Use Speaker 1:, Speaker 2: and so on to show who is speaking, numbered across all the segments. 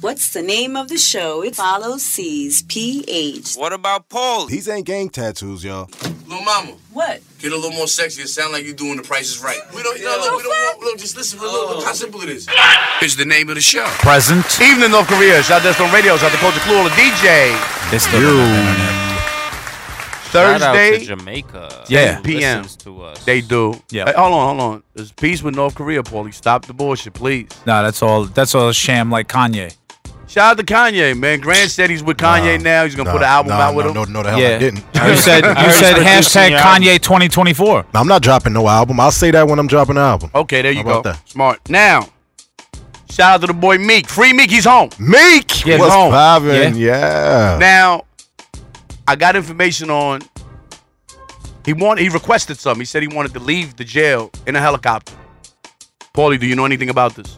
Speaker 1: What's the name of the show? It follows C's PH.
Speaker 2: What about Paul?
Speaker 3: These ain't gang tattoos, y'all.
Speaker 4: Little mama.
Speaker 1: What?
Speaker 4: Get a little more sexy. It sound like you doing the prices right. We don't, no, look, we don't want, look, just listen, look, look how simple it is. It's the name of the show.
Speaker 5: Present.
Speaker 6: Evening, North Korea. Shout out to on radio. Shout out to Culture Clue, all the DJ.
Speaker 5: It's the
Speaker 2: Shout out to
Speaker 6: Thursday.
Speaker 2: Jamaica.
Speaker 5: Yeah.
Speaker 2: who
Speaker 6: PM.
Speaker 2: listens to us.
Speaker 6: They do.
Speaker 5: Yeah.
Speaker 6: Hey, hold on, hold on. There's peace with North Korea, Paulie. Stop the bullshit, please.
Speaker 5: Nah, that's all. That's all sham, like Kanye.
Speaker 6: Shout out to Kanye, man. Grant said he's with Kanye now. He's gonna put an album
Speaker 3: nah,
Speaker 6: out with
Speaker 3: no,
Speaker 6: him.
Speaker 3: No, no, the hell I
Speaker 5: Yeah.
Speaker 3: didn't.
Speaker 5: You said you
Speaker 2: he's
Speaker 5: said
Speaker 2: producing
Speaker 5: hashtag
Speaker 2: the album.
Speaker 5: Kanye 2024.
Speaker 3: I'm not dropping no album. I'll say that when I'm dropping an album.
Speaker 6: Okay, there you
Speaker 3: How
Speaker 6: go.
Speaker 3: about that?
Speaker 6: Smart. Now, shout out to the boy Meek. Free Meek. He's home.
Speaker 3: Meek
Speaker 5: Yeah,
Speaker 3: was
Speaker 6: home.
Speaker 3: poppin', yeah.
Speaker 6: Now, I got information on. He wanted. He requested something. He said he wanted to leave the jail in a helicopter. Paulie, do you know anything about this?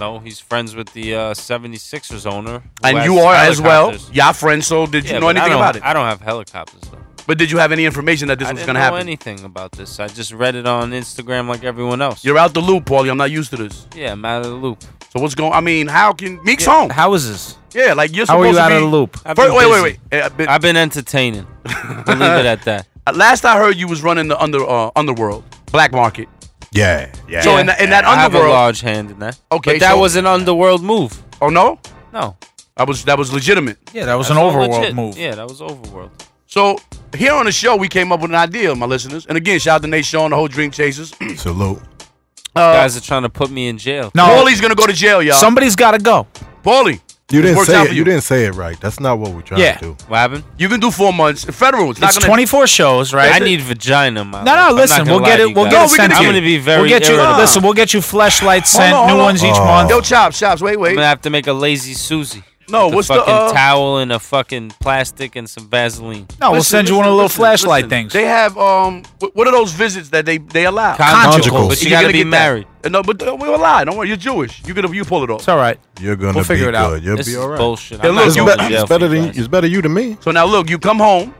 Speaker 2: No, he's friends with the uh, 76ers owner. who
Speaker 6: and
Speaker 2: has
Speaker 6: you are as well.
Speaker 2: helicopters.
Speaker 6: Yeah, friend. So did
Speaker 2: Yeah,
Speaker 6: you know
Speaker 2: but I
Speaker 6: anything
Speaker 2: don't-
Speaker 6: about it?
Speaker 2: I don't have helicopters though.
Speaker 6: but did you have any information that this
Speaker 2: I
Speaker 6: was
Speaker 2: didn't
Speaker 6: going to
Speaker 2: know
Speaker 6: happen?
Speaker 2: anything about this. I just read it on Instagram like everyone else.
Speaker 6: You're out the loop, Paulie. I'm not used to this.
Speaker 2: yeah, I'm out of the loop.
Speaker 6: So what's going? I mean, how can Meek's home?
Speaker 5: How is this?
Speaker 6: Yeah, like you're
Speaker 5: How are
Speaker 6: supposed
Speaker 5: you
Speaker 6: to
Speaker 5: out
Speaker 6: be.
Speaker 5: of the loop?
Speaker 2: I've
Speaker 6: First,
Speaker 2: been
Speaker 6: wait, wait,
Speaker 2: busy.
Speaker 6: wait, Uh, but-
Speaker 2: I've been entertaining. Believe it at that.
Speaker 6: uh, Last I heard, you was running the under uh, underworld, black market.
Speaker 3: Yeah, yeah.
Speaker 6: So in, the, in that
Speaker 2: I have a
Speaker 6: underworld,
Speaker 2: large hand in that.
Speaker 6: Okay,
Speaker 2: but that
Speaker 6: so-
Speaker 2: was an underworld move.
Speaker 6: oh no,
Speaker 2: No,
Speaker 6: that was that was legitimate.
Speaker 5: Yeah, that was
Speaker 2: that's
Speaker 5: an
Speaker 2: all
Speaker 5: overworld
Speaker 2: legit.
Speaker 5: move.
Speaker 2: Yeah, that was overworld.
Speaker 6: Uh, So here on the show, we came up with an idea, my listeners. And again, shout out to Nate Shaw and the whole Dream Chasers.
Speaker 3: Salute.
Speaker 6: Uh,
Speaker 2: Guys are trying to put me in jail.
Speaker 5: No,
Speaker 6: Paulie's gonna go to jail, y'all.
Speaker 5: somebody's got to go.
Speaker 6: Paulie,
Speaker 3: You didn't
Speaker 6: worked
Speaker 3: say
Speaker 6: out
Speaker 3: it.
Speaker 6: for
Speaker 3: You.
Speaker 6: you.
Speaker 3: didn't say it right. That's not what we're trying
Speaker 5: Yeah.
Speaker 3: to do.
Speaker 2: What happened?
Speaker 6: you can do four months. Federal, it's not
Speaker 5: It's
Speaker 6: gonna.
Speaker 5: 24 shows, right?
Speaker 2: I need vagina. in My
Speaker 5: No,
Speaker 2: life. I'm
Speaker 5: no.
Speaker 2: not
Speaker 5: Listen,
Speaker 2: gonna
Speaker 5: we'll
Speaker 2: lie
Speaker 5: get
Speaker 2: to
Speaker 5: it.
Speaker 2: you
Speaker 5: We'll
Speaker 2: guys.
Speaker 5: get it
Speaker 6: No, we
Speaker 5: sent
Speaker 6: can
Speaker 5: to
Speaker 2: I'm
Speaker 6: get
Speaker 5: you.
Speaker 2: gonna be very.
Speaker 5: we'll get you.
Speaker 2: irritable.
Speaker 5: Listen, we'll get you flashlights
Speaker 6: Hold on,
Speaker 5: sent, new
Speaker 6: hold on.
Speaker 5: ones each
Speaker 3: Oh.
Speaker 5: month.
Speaker 6: Yo, chops, chops. Wait,
Speaker 2: I'm
Speaker 6: wait.
Speaker 2: gonna have to make a lazy Susie.
Speaker 6: No,
Speaker 2: with
Speaker 6: what's
Speaker 2: a
Speaker 6: the,
Speaker 2: fucking
Speaker 6: uh,
Speaker 2: towel and a fucking plastic and some Vaseline?
Speaker 5: No, we'll
Speaker 6: Listen,
Speaker 5: send you one of the
Speaker 6: listen,
Speaker 5: little
Speaker 6: listen,
Speaker 5: flashlight
Speaker 6: listen.
Speaker 5: things.
Speaker 6: They have um. wh- What are those visits that they they allow?
Speaker 5: Conjugal.
Speaker 2: But you
Speaker 6: You're
Speaker 2: gotta
Speaker 6: gonna
Speaker 2: be
Speaker 6: get that.
Speaker 2: married.
Speaker 6: Uh, No, but uh, we will lie. Don't worry. You're Jewish. You gonna you pull it off.
Speaker 5: It's all right.
Speaker 3: You're gonna
Speaker 5: We'll
Speaker 3: be
Speaker 5: figure it
Speaker 3: good.
Speaker 5: out.
Speaker 3: You'll
Speaker 2: This
Speaker 3: be
Speaker 2: is
Speaker 3: all right.
Speaker 2: bullshit.
Speaker 6: Hey,
Speaker 2: I'm
Speaker 6: look,
Speaker 2: not
Speaker 3: It's,
Speaker 6: you-
Speaker 2: going
Speaker 3: bet-
Speaker 2: to
Speaker 3: it's
Speaker 2: jail for
Speaker 3: better
Speaker 2: you
Speaker 3: than
Speaker 2: guys.
Speaker 3: it's better you than me.
Speaker 6: So now look, you come home,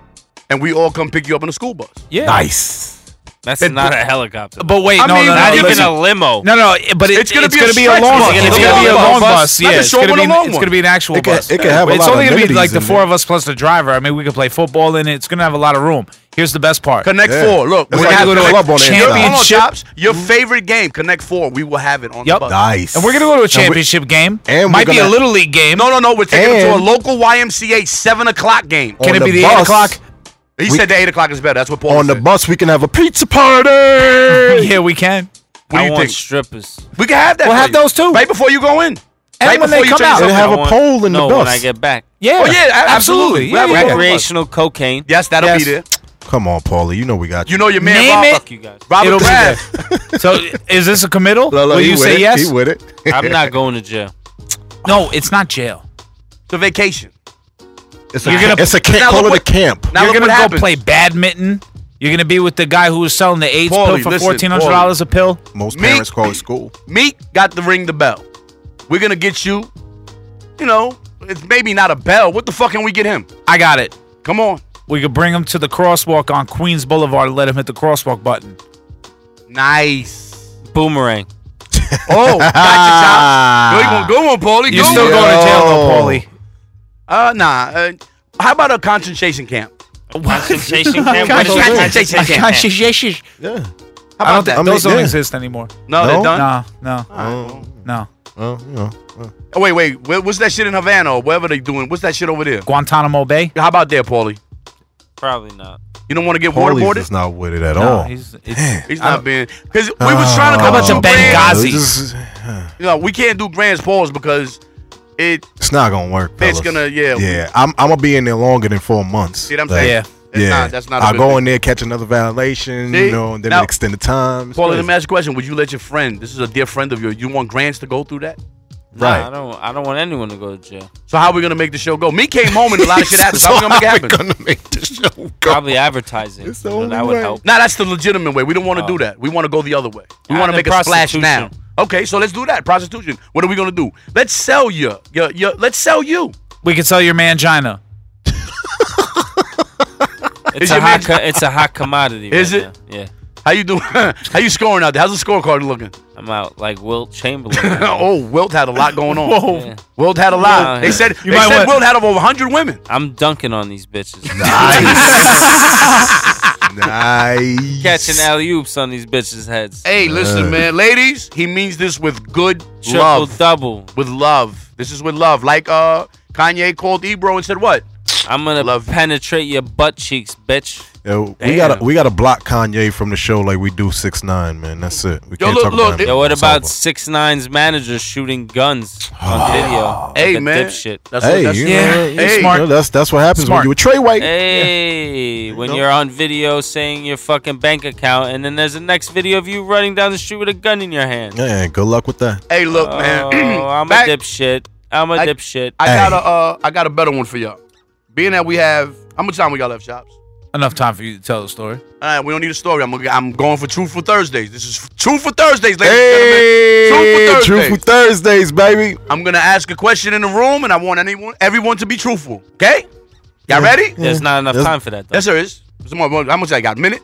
Speaker 6: and we all come pick you up in a school bus.
Speaker 5: Yeah.
Speaker 3: Nice.
Speaker 2: That's
Speaker 5: It-
Speaker 2: not a helicopter.
Speaker 5: But wait,
Speaker 6: I
Speaker 5: no,
Speaker 6: mean,
Speaker 5: no,
Speaker 2: not
Speaker 5: no,
Speaker 2: even
Speaker 5: listen.
Speaker 2: a limo.
Speaker 5: No, no, but it,
Speaker 6: It's gonna
Speaker 5: it's
Speaker 6: be a
Speaker 5: gonna be a
Speaker 6: stretch
Speaker 5: long
Speaker 6: bus.
Speaker 5: bus.
Speaker 2: It's
Speaker 5: It's
Speaker 2: gonna
Speaker 5: gonna be a long bus.
Speaker 6: Not
Speaker 5: Yeah,
Speaker 6: the
Speaker 5: it's
Speaker 6: short
Speaker 5: gonna
Speaker 6: one,
Speaker 5: be
Speaker 6: a long
Speaker 5: an- it's
Speaker 6: one.
Speaker 5: gonna be an actual
Speaker 3: It could-
Speaker 5: bus.
Speaker 3: it could have
Speaker 5: But
Speaker 3: a
Speaker 5: It's
Speaker 3: lot of
Speaker 5: only gonna be
Speaker 3: amenities
Speaker 5: like the
Speaker 3: in
Speaker 5: four
Speaker 3: there.
Speaker 5: of us plus the driver. I mean, we could play football in it. It's gonna have a lot of room. Here's the best part.
Speaker 6: Connect
Speaker 3: Yeah.
Speaker 6: four. Look,
Speaker 3: It's
Speaker 6: we're
Speaker 3: like
Speaker 6: gonna
Speaker 3: a
Speaker 6: have
Speaker 3: club on the
Speaker 6: Your,
Speaker 3: inside.
Speaker 6: hold on,
Speaker 5: Championship.
Speaker 6: Chops, your favorite game, Connect Four. We will have it on
Speaker 5: Yep.
Speaker 6: the bus.
Speaker 3: Nice.
Speaker 5: And we're gonna go to a championship game.
Speaker 3: and
Speaker 5: might
Speaker 3: we're
Speaker 5: be a
Speaker 3: gonna-
Speaker 5: little league game.
Speaker 6: No, no, no. We're taking it to a
Speaker 3: And-
Speaker 6: local YMCA seven o'clock game.
Speaker 3: On
Speaker 5: Can it be the
Speaker 3: bus-
Speaker 5: eight o'clock?
Speaker 6: He
Speaker 3: we-
Speaker 6: said the eight o'clock is better. That's what Paul
Speaker 3: On the
Speaker 6: said.
Speaker 3: bus, we can have a pizza party.
Speaker 5: Yeah, we can.
Speaker 6: What do
Speaker 2: I
Speaker 6: you
Speaker 2: want
Speaker 6: think?
Speaker 2: strippers.
Speaker 6: We can have that.
Speaker 5: We'll
Speaker 6: for
Speaker 5: have
Speaker 6: you.
Speaker 5: those too.
Speaker 6: right before you go in.
Speaker 5: And
Speaker 6: right
Speaker 5: when
Speaker 6: before
Speaker 5: they
Speaker 6: you
Speaker 5: come
Speaker 6: turn
Speaker 5: out.
Speaker 3: They
Speaker 6: yourself
Speaker 3: have
Speaker 6: in.
Speaker 3: a
Speaker 2: I want-
Speaker 3: pole in
Speaker 2: no,
Speaker 3: the
Speaker 2: when
Speaker 3: bus.
Speaker 2: I get back.
Speaker 5: Yeah.
Speaker 6: Oh, yeah, a- absolutely.
Speaker 5: Absolutely. Yeah,
Speaker 6: We'll have a
Speaker 5: yeah.
Speaker 6: whole-
Speaker 2: Recreational cocaine.
Speaker 6: Yes, that'll
Speaker 5: Yes.
Speaker 6: be there.
Speaker 3: Come on, Paulie. You know we got
Speaker 6: You know your man
Speaker 5: Name
Speaker 6: Rob-
Speaker 5: it.
Speaker 2: Fuck you guys.
Speaker 6: Robert
Speaker 5: It'll be
Speaker 6: Kraft.
Speaker 5: So is this a committal? Will you say yes?
Speaker 3: He with it.
Speaker 2: I'm not going to jail.
Speaker 5: No, it's not jail.
Speaker 6: It's a vacation.
Speaker 3: It's a,
Speaker 5: You're gonna-
Speaker 3: it's a camp.
Speaker 6: Now
Speaker 3: Call
Speaker 6: look
Speaker 3: it a
Speaker 6: what-
Speaker 3: camp.
Speaker 6: Now
Speaker 5: You're
Speaker 6: look
Speaker 5: gonna
Speaker 6: what
Speaker 5: go
Speaker 6: happens.
Speaker 5: play badminton. You're gonna be with the guy who was selling the AIDS
Speaker 6: Paulie,
Speaker 5: pill for
Speaker 6: listen,
Speaker 5: fourteen hundred dollars a pill.
Speaker 3: Most
Speaker 6: Me-
Speaker 3: parents call it school.
Speaker 6: Meek got to ring the bell. We're gonna get you. You know, it's maybe not a bell. What the fuck can we get him?
Speaker 5: I got it.
Speaker 6: Come on.
Speaker 5: We could bring him to the crosswalk on Queens Boulevard and let him hit the crosswalk button.
Speaker 6: Nice.
Speaker 2: Boomerang.
Speaker 6: Oh, gotcha, Chop. Good one, good one, Paulie.
Speaker 5: You're
Speaker 6: Good
Speaker 5: still
Speaker 6: one.
Speaker 5: going to jail, though,
Speaker 3: Yo.
Speaker 5: Paulie.
Speaker 6: Uh, nah. Uh, how about a concentration camp?
Speaker 2: Concentration camp.
Speaker 5: What?
Speaker 2: What is
Speaker 3: Concentration
Speaker 2: concentration
Speaker 5: I can't-
Speaker 2: camp?
Speaker 5: sh- sh- sh-
Speaker 3: Yeah.
Speaker 6: How
Speaker 5: I
Speaker 6: about
Speaker 5: don't
Speaker 6: that?
Speaker 5: think
Speaker 3: I mean,
Speaker 5: those don't
Speaker 3: yeah.
Speaker 5: exist anymore.
Speaker 6: no, they're
Speaker 3: No?
Speaker 6: done.
Speaker 5: No, no,
Speaker 3: Oh,
Speaker 5: no.
Speaker 3: well, you know. well.
Speaker 6: Oh, wait, wait. Where- What's that shit in Havana or wherever they doing? What's that shit over there?
Speaker 5: Guantanamo Bay.
Speaker 6: How about there, Paulie?
Speaker 2: Probably not.
Speaker 6: You don't want to get
Speaker 3: Paulie's
Speaker 6: waterboarded?
Speaker 3: just not with it at
Speaker 5: No,
Speaker 3: all.
Speaker 5: he's, it's,
Speaker 6: He's not being because we was
Speaker 3: Oh.
Speaker 6: trying to come
Speaker 5: How
Speaker 6: up with
Speaker 5: about some
Speaker 6: brands.
Speaker 5: Benghazi?
Speaker 3: This is-
Speaker 6: No, we can't do Grand's Pauls because it
Speaker 3: It's not gonna work.
Speaker 6: It's
Speaker 3: fellas.
Speaker 6: gonna- yeah.
Speaker 3: Yeah, I'm, I'm gonna be in there longer than four months.
Speaker 6: See what I'm
Speaker 3: Like,
Speaker 6: saying?
Speaker 5: yeah.
Speaker 6: It's not- that's not a
Speaker 3: I
Speaker 6: good
Speaker 3: go
Speaker 6: thing.
Speaker 3: in there, catch another violation,
Speaker 6: See?
Speaker 3: you know, and then
Speaker 6: Now-
Speaker 3: they extend the time. Um, It's
Speaker 6: Paul, let
Speaker 3: crazy.
Speaker 6: me ask you a question. Would you let your friend, this is a dear friend of yours, you want Grants to go through that?
Speaker 3: Right.
Speaker 2: Nah, I don't. I don't want anyone to go to jail.
Speaker 6: So how are we gonna make the show go? Me came home and a lot of shit happened.
Speaker 3: So
Speaker 6: How we gonna make it
Speaker 3: how we
Speaker 6: happen?
Speaker 3: gonna make this show go?
Speaker 2: Probably advertising.
Speaker 3: It's the
Speaker 2: You know, that
Speaker 3: only
Speaker 2: would
Speaker 3: way.
Speaker 2: help.
Speaker 6: Nah, that's the legitimate way. We don't want to
Speaker 2: Oh.
Speaker 6: do that. We want to go the other way. We
Speaker 2: Ah,
Speaker 6: want to
Speaker 2: then
Speaker 6: make a splash now.
Speaker 2: prostitution.
Speaker 6: Okay, so let's do that. Prostitution. What are we gonna do? Let's sell you. Your, your, let's sell you.
Speaker 5: we could sell your mangina.
Speaker 2: It's
Speaker 6: Is
Speaker 2: a
Speaker 6: your
Speaker 2: hot.
Speaker 6: man-
Speaker 2: co- it's a hot commodity.
Speaker 6: Is
Speaker 2: right
Speaker 6: it?
Speaker 2: now. Yeah.
Speaker 6: How you doing? how you scoring out there? How's the scorecard looking?
Speaker 2: I'm out like Wilt Chamberlain.
Speaker 6: oh, Wilt had a lot going on.
Speaker 5: Whoa.
Speaker 2: Yeah.
Speaker 6: Wilt had a lot.
Speaker 2: Wow.
Speaker 6: They said
Speaker 5: You
Speaker 6: they
Speaker 5: might
Speaker 6: said
Speaker 5: want-
Speaker 6: Wilt had over 100 women.
Speaker 2: I'm dunking on these bitches.
Speaker 3: nice.
Speaker 2: Catching alley oops on these bitches' heads.
Speaker 6: Hey, listen, man, ladies, he means this with good
Speaker 2: Triple
Speaker 6: love.
Speaker 2: double.
Speaker 6: With love. This is with love. Like uh, Kanye called Ebro and said what?
Speaker 2: I'm gonna
Speaker 6: Love.
Speaker 2: penetrate your butt cheeks, bitch.
Speaker 3: Yo, we
Speaker 2: Damn.
Speaker 3: gotta we gotta block Kanye from the show like we do six nine man. That's it. We can't
Speaker 6: look,
Speaker 3: talk
Speaker 6: look,
Speaker 3: about him.
Speaker 2: Yo, what
Speaker 3: It's
Speaker 2: about
Speaker 3: over. Ah.
Speaker 2: six nine's manager shooting guns on video?
Speaker 6: Hey,
Speaker 2: like a
Speaker 6: man.
Speaker 2: dipshit.
Speaker 6: That's
Speaker 3: Hey,
Speaker 6: that's,
Speaker 3: you know,
Speaker 5: yeah.
Speaker 3: what? You
Speaker 6: Hey.
Speaker 3: smart. You know, that's that's what happens
Speaker 5: Smart.
Speaker 3: when you with Trey White.
Speaker 2: Hey, when
Speaker 3: know?
Speaker 2: you're on video saying your fucking bank account, and then there's the next video of you running down the street with a gun in your hand.
Speaker 3: Yeah, good luck with that.
Speaker 6: hey, look, man.
Speaker 2: Oh, I'm
Speaker 6: Back-
Speaker 2: a dipshit. I'm a
Speaker 6: I-
Speaker 2: dipshit.
Speaker 6: I
Speaker 3: Hey.
Speaker 6: got a uh, I got a better one for y'all. Being that we have how much time we got left, shops?
Speaker 5: Enough time for you to tell the story.
Speaker 6: All right, we don't need a story. I'm gonna, I'm going for Truthful Thursdays. This is Truthful Thursdays, ladies and
Speaker 3: Hey,
Speaker 6: gentlemen. Truthful Thursdays.
Speaker 3: Truthful Thursdays, baby.
Speaker 6: I'm gonna ask a question in the room, and I want anyone, everyone, to be truthful. Okay? Y'all ready?
Speaker 2: There's not enough
Speaker 3: Yes.
Speaker 2: time for that, though.
Speaker 6: Yes, there is. Some more- How much I got? A minute?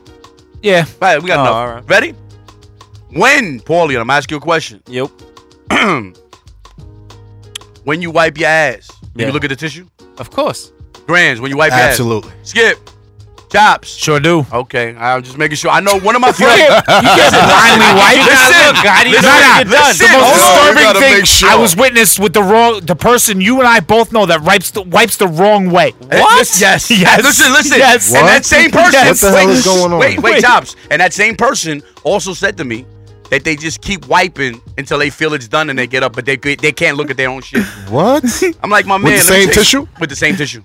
Speaker 5: Yeah.
Speaker 6: All right, we got
Speaker 2: Oh,
Speaker 6: enough.
Speaker 2: all right.
Speaker 6: Ready? When, Paulie, I'm asking you a question.
Speaker 2: Yep.
Speaker 6: When you wipe your ass, do
Speaker 2: Yeah.
Speaker 6: you look at the tissue?
Speaker 2: Of course.
Speaker 6: Grands, when you wipe
Speaker 3: Absolutely.
Speaker 6: your ass. Skip. Chops.
Speaker 5: Sure do.
Speaker 6: Okay, I'm just making sure. I know one of my friends.
Speaker 5: blindly wipe
Speaker 2: You gotta
Speaker 5: Listen,
Speaker 2: look. How do you
Speaker 5: listen,
Speaker 2: know when you're
Speaker 5: listen,
Speaker 2: done?
Speaker 5: The most
Speaker 3: Hold on, we
Speaker 5: disturbing
Speaker 3: gotta
Speaker 5: thing
Speaker 3: make sure.
Speaker 5: I was witness with the wrong the person you and I both know that wipes the, wipes the wrong way.
Speaker 6: What? Eh, Yes.
Speaker 5: Yes.
Speaker 6: Listen, listen.
Speaker 5: Yes.
Speaker 6: And that same person.
Speaker 5: Yes.
Speaker 3: What the hell
Speaker 6: wait,
Speaker 3: is going on?
Speaker 6: Wait, wait,
Speaker 5: Wait.
Speaker 6: Tops. And that same person also said to me that they just keep wiping until they feel it's done and they get up, but they could- they can't look at their own shit.
Speaker 3: What? you
Speaker 6: I'm like, my man.
Speaker 3: the
Speaker 6: let me
Speaker 3: same
Speaker 6: take-
Speaker 3: tissue?
Speaker 6: With the same tissue.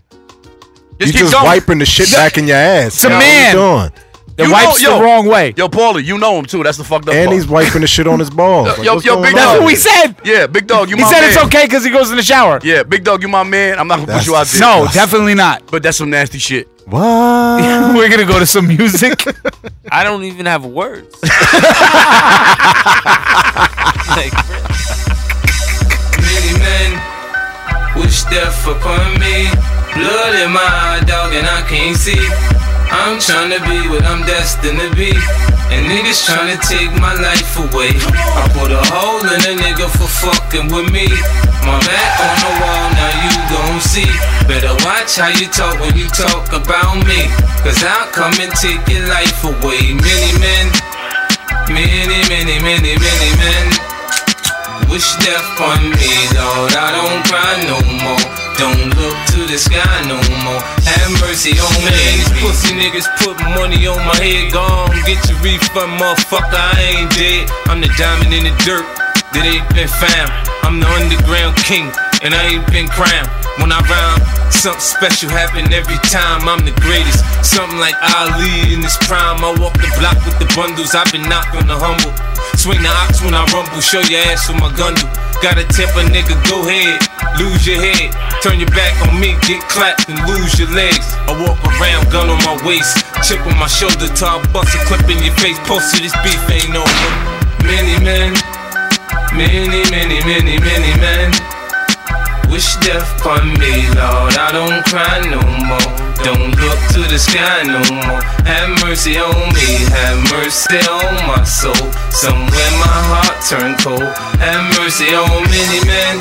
Speaker 6: Just keep
Speaker 3: just
Speaker 6: going.
Speaker 3: wiping the shit back in your
Speaker 5: a
Speaker 3: ass. That's what
Speaker 5: man.
Speaker 3: he's doing.
Speaker 5: That
Speaker 6: You
Speaker 5: wipes
Speaker 6: know- yo.
Speaker 5: the wrong way.
Speaker 6: Yo, Paulie, you know him too. That's the fucked up
Speaker 3: And
Speaker 6: part.
Speaker 3: he's wiping the shit on his balls. Like,
Speaker 6: Yo,
Speaker 3: what's
Speaker 6: yo,
Speaker 3: going
Speaker 6: big-
Speaker 3: on?
Speaker 5: That's what we said.
Speaker 6: yeah, big dog. You
Speaker 5: He
Speaker 6: my
Speaker 5: said
Speaker 6: man.
Speaker 5: it's okay because he goes in the shower.
Speaker 6: Yeah, big dog. You my man. I'm not gonna
Speaker 3: That's-
Speaker 6: put you out there.
Speaker 5: No,
Speaker 3: Yes.
Speaker 5: definitely not.
Speaker 6: but that's some nasty shit.
Speaker 3: What?
Speaker 5: We're gonna go to some music.
Speaker 2: I don't even have words. like,
Speaker 7: Many men wish death upon me. Blood in my eye, dog, and I can't see. I'm trying to be what I'm destined to be. And niggas trying to take my life away. I put a hole in a nigga for fucking with me. My back on the wall, now you gon' see. Better watch how you talk when you talk about me. Cause I'll come and take your life away. Many men, many, many, many, many men. Wish death on me, Lord. I don't cry no more. Don't look to the sky no more. Have mercy on me. These pussy niggas put money on my head. Gone, get your refund, motherfucker. I ain't dead. I'm the diamond in the dirt that ain't been found. I'm the underground king, and I ain't been crowned. When I rhyme, something special happen every time. I'm the greatest. Something like Ali in his prime. I walk the block with the bundles. I've been knocked on the humble. Swing the ox when I rumble. Show your ass with my gun. do. Gotta tip a nigga, go ahead. Lose your head. Turn your back on me, get clapped and lose your legs. I walk around, gun on my waist. Chip on my shoulder, till I bust a clip in your face. Post to this beef ain't over. Many men, many, many, many, many men. Wish death upon me, Lord. I don't cry no more. Don't look to the sky no more. Have mercy on me. Have mercy on my soul. Somewhere my heart turned cold. Have mercy on many men.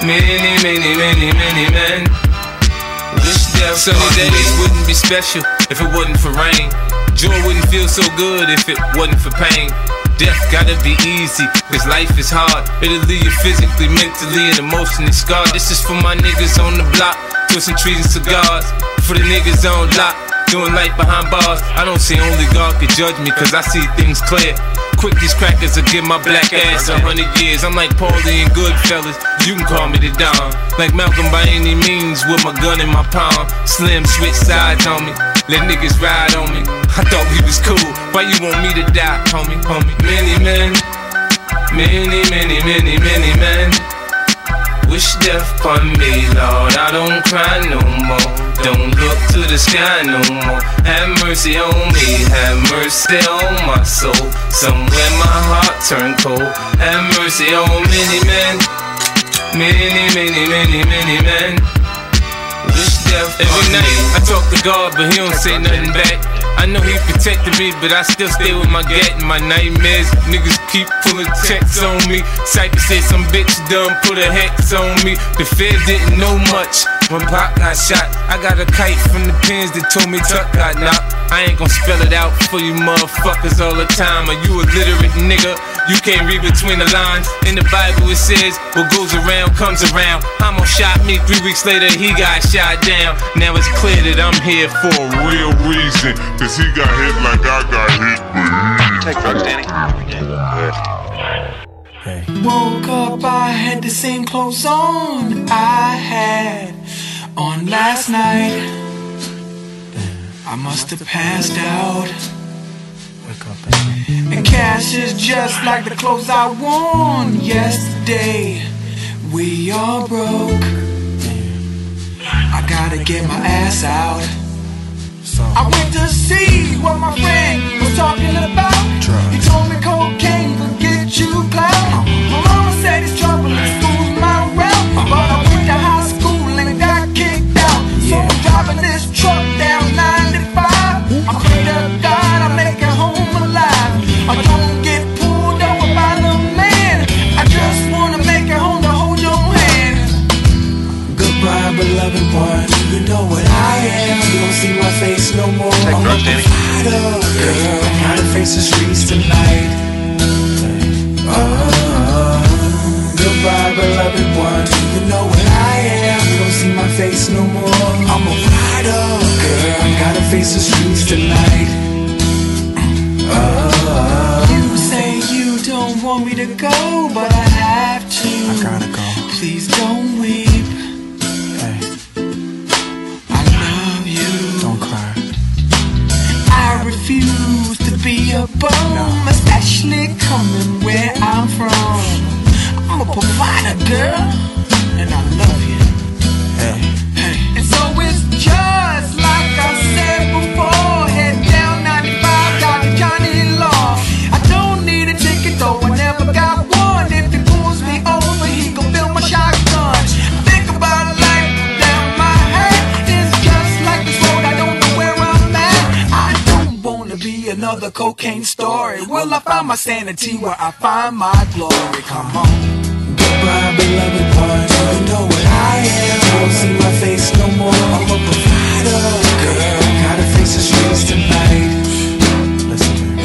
Speaker 7: Many, many, many, many men. Wish death Sunny days wouldn't be special if it wasn't for rain. Joy wouldn't feel so good if it wasn't for pain. Death gotta be easy, cause life is hard. It'll leave you physically, mentally, and emotionally scarred. This is for my niggas on the block, twisting trees and cigars. For the niggas on lock, doing life behind bars. I don't see only God could judge me, cause I see things clear. Quick, these crackers will give my black ass a hundred years. I'm like Paulie and Goodfellas, you can call me the Don. Like Malcolm by any means, with my gun in my palm. Slim switch sides on me, let niggas ride on me. I thought we was cool, why you want me to die, homie, homie? Many men, many, many, many, many men. Wish death upon me, Lord. I don't cry no more. Don't look to the sky no more. Have mercy on me. Have mercy on my soul. Somewhere my heart turned cold. Have mercy on many men. Many, many, many, many men. Wish death Every night I talk to God, but He don't say nothing back. I know he protected me, but I still stay with my gat and my nightmares. Niggas keep pulling checks on me. Cypher said some bitch done put a hex on me. The feds didn't know much when Pop got shot. I got a kite from the pins that told me Tuck got knocked. I ain't gon' spell it out for you motherfuckers all the time. Are you illiterate nigga? You can't read between the lines. In the Bible it says, what goes around comes around. I'ma shot me three weeks later, he got shot down. Now it's clear that I'm here for a real reason.
Speaker 8: Cause he got hit like I got hit, but Take drugs, Danny.
Speaker 9: Woke up, I had the same clothes on I had on last night. I must have passed out. And cash is just like the clothes I worn yesterday. We all broke. I gotta get my ass out. I went to see what my friend was talking about. He told me cocaine could get you clout. My mama said it's trouble in school's my route. But I went to high school and got kicked out. So I'm driving this truck down 95. I pray to God I make it home alive. I don't get pulled over by no man. I just wanna make it home to hold your hand. Goodbye, beloved one. You know what I am. You don't see my face no more. I'm up and fired up, girl. I'm trying to face the streets tonight. Oh, goodbye, beloved one. You know what I am. You don't see my face no more. I'm a rider, girl. I gotta face the streets tonight. Oh, you say you don't want me to go, but I have to. I gotta go. Please don't weep. Don't cry. I refuse to be a bum, especially coming where I'm from. I'm a provider, girl, and I love you. Hey. And so it's just like I said before. Head down 95, got a Johnny Law. I don't need a ticket, though I never got one. If he pulls me over, he gon' fill my shotgun. Think about life down my head. It's just like this road, I don't know where I'm at. I don't wanna be another cocaine story. Will I find my sanity where I find my glory? Come on. Goodbye, beloved one. You know what I am. Don't see my face no more. I'm a provider, girl. Gotta face the streets tonight. Oh,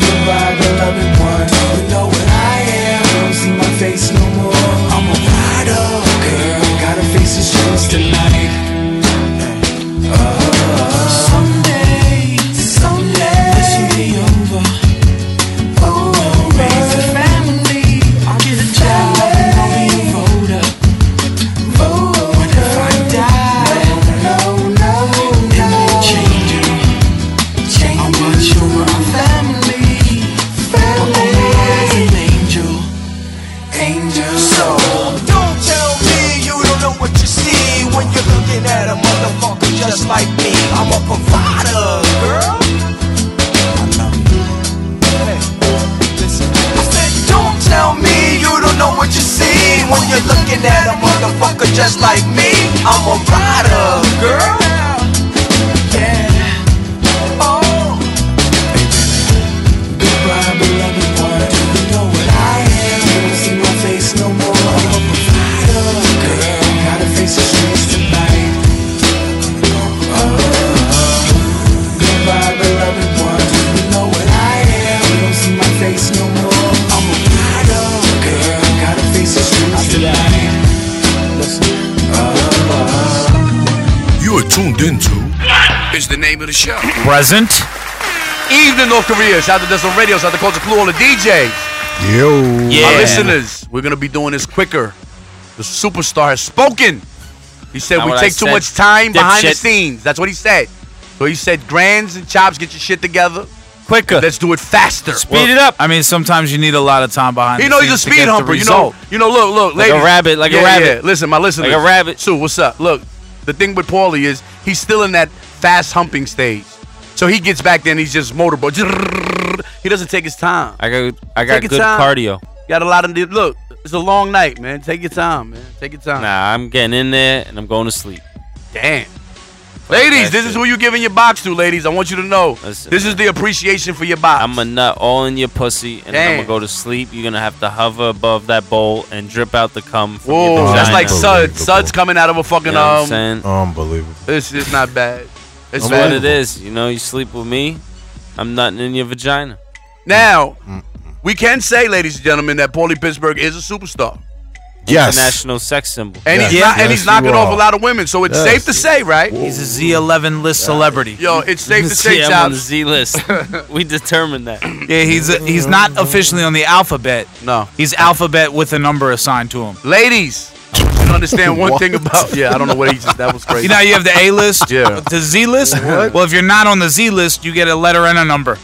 Speaker 9: goodbye, beloved one. You know what I am. Don't see my face no more. I'm a rider, girl. Gotta face the streets tonight. Oh, someday, someday this will be over. Oh, raise a family. I'll get a job. I'll be a voter. But if I die, no, no, it won't change you. I'm not sure where I'm family. Family is an angel. Angel. So don't tell me you don't know what you see when you're looking at a motherfucker just like me. I'm a provider, girl. I said, don't tell me you don't know what you see when you're looking at a motherfucker just like me. I'm a rider, girl. Yeah. Oh. Goodbye, beloved one. You know what I am. You don't see my face no more. I'm a provider, girl. Gotta face the streets tonight. Oh. Goodbye, beloved one. You know what I am. You don't see my face no more. I'm a rider, girl. Gotta face the streets tonight.
Speaker 4: You are tuned into. Is the name of the show.
Speaker 5: Present.
Speaker 6: Evening, North Korea. Shout out to Desert Radio. Shout out to Culture Clue, all the DJs.
Speaker 3: Yo.
Speaker 6: Our
Speaker 5: Yeah.
Speaker 6: listeners, we're going to be doing this quicker. The superstar has spoken. He said
Speaker 2: Not
Speaker 6: we
Speaker 2: what I
Speaker 6: take too
Speaker 2: said,
Speaker 6: much time behind the
Speaker 2: dipshit.
Speaker 6: scenes. That's what he said. So he said, Grands and Chops, get your shit together.
Speaker 5: Quicker.
Speaker 6: Let's do it faster.
Speaker 2: Speed it up.
Speaker 5: I mean, sometimes you need a lot of time behind.
Speaker 6: You
Speaker 5: the
Speaker 6: know he's a
Speaker 5: scenes to
Speaker 6: speed
Speaker 5: get the
Speaker 6: humper. You know,
Speaker 5: result.
Speaker 6: you know. Look, look,
Speaker 2: Like a
Speaker 6: ladies.
Speaker 2: rabbit, like a
Speaker 6: Yeah,
Speaker 2: rabbit.
Speaker 6: Yeah. Listen, my listeners.
Speaker 2: Like a rabbit.
Speaker 6: Sue, what's up? Look, the thing with Paulie is he's still in that fast humping stage, so he gets back there and he's just motorboat. He doesn't take his time.
Speaker 2: I got I
Speaker 6: Take
Speaker 2: got
Speaker 6: your
Speaker 2: good
Speaker 6: time.
Speaker 2: cardio.
Speaker 6: Got a lot of look. It's a long night, man. Take your time, man. Take your time.
Speaker 2: Nah, I'm getting in there and I'm going to sleep.
Speaker 6: Damn. Ladies,
Speaker 2: That's
Speaker 6: this is
Speaker 2: it.
Speaker 6: who you giving your box to, ladies. I want you to know.
Speaker 2: Listen.
Speaker 6: This is the appreciation for your box.
Speaker 2: I'm gonna nut all in your pussy, and then I'm
Speaker 6: Damn.
Speaker 2: gonna go to sleep. You're gonna have to hover above that bowl and drip out the cum. From your
Speaker 6: Whoa,
Speaker 2: vagina.
Speaker 6: that's like suds.
Speaker 3: Unbelievable.
Speaker 6: Suds coming out of a fucking
Speaker 2: You know what I'm
Speaker 6: um.
Speaker 2: saying?
Speaker 3: Unbelievable.
Speaker 6: This is not bad. It's
Speaker 2: That's
Speaker 6: bad.
Speaker 2: what it is. You know, you sleep with me, I'm nutting in your vagina.
Speaker 6: Now, we can say, ladies and gentlemen, that Paulie Pittsburgh is a superstar,
Speaker 3: Yes.
Speaker 2: International sex symbol.
Speaker 6: and he's
Speaker 5: Yes.
Speaker 6: not, and
Speaker 3: Yes,
Speaker 6: he's knocking
Speaker 3: you
Speaker 6: off a
Speaker 3: are.
Speaker 6: lot of women. So it's
Speaker 3: Yes.
Speaker 6: safe to say, right?
Speaker 5: He's a Z11 list celebrity.
Speaker 6: Yo, it's safe to say,
Speaker 2: See, I'm on the
Speaker 6: chops.
Speaker 2: Z list. we determined that.
Speaker 5: Yeah, he's a, he's not officially on the alphabet.
Speaker 6: No,
Speaker 5: He's alphabet with a number assigned to him.
Speaker 6: ladies, I want you to understand one thing about. Yeah, I don't know what he just. That was crazy.
Speaker 5: You know, you have the A list,
Speaker 6: Yeah.
Speaker 5: the Z list. Well, if you're not on the Z list, you get a letter and a number,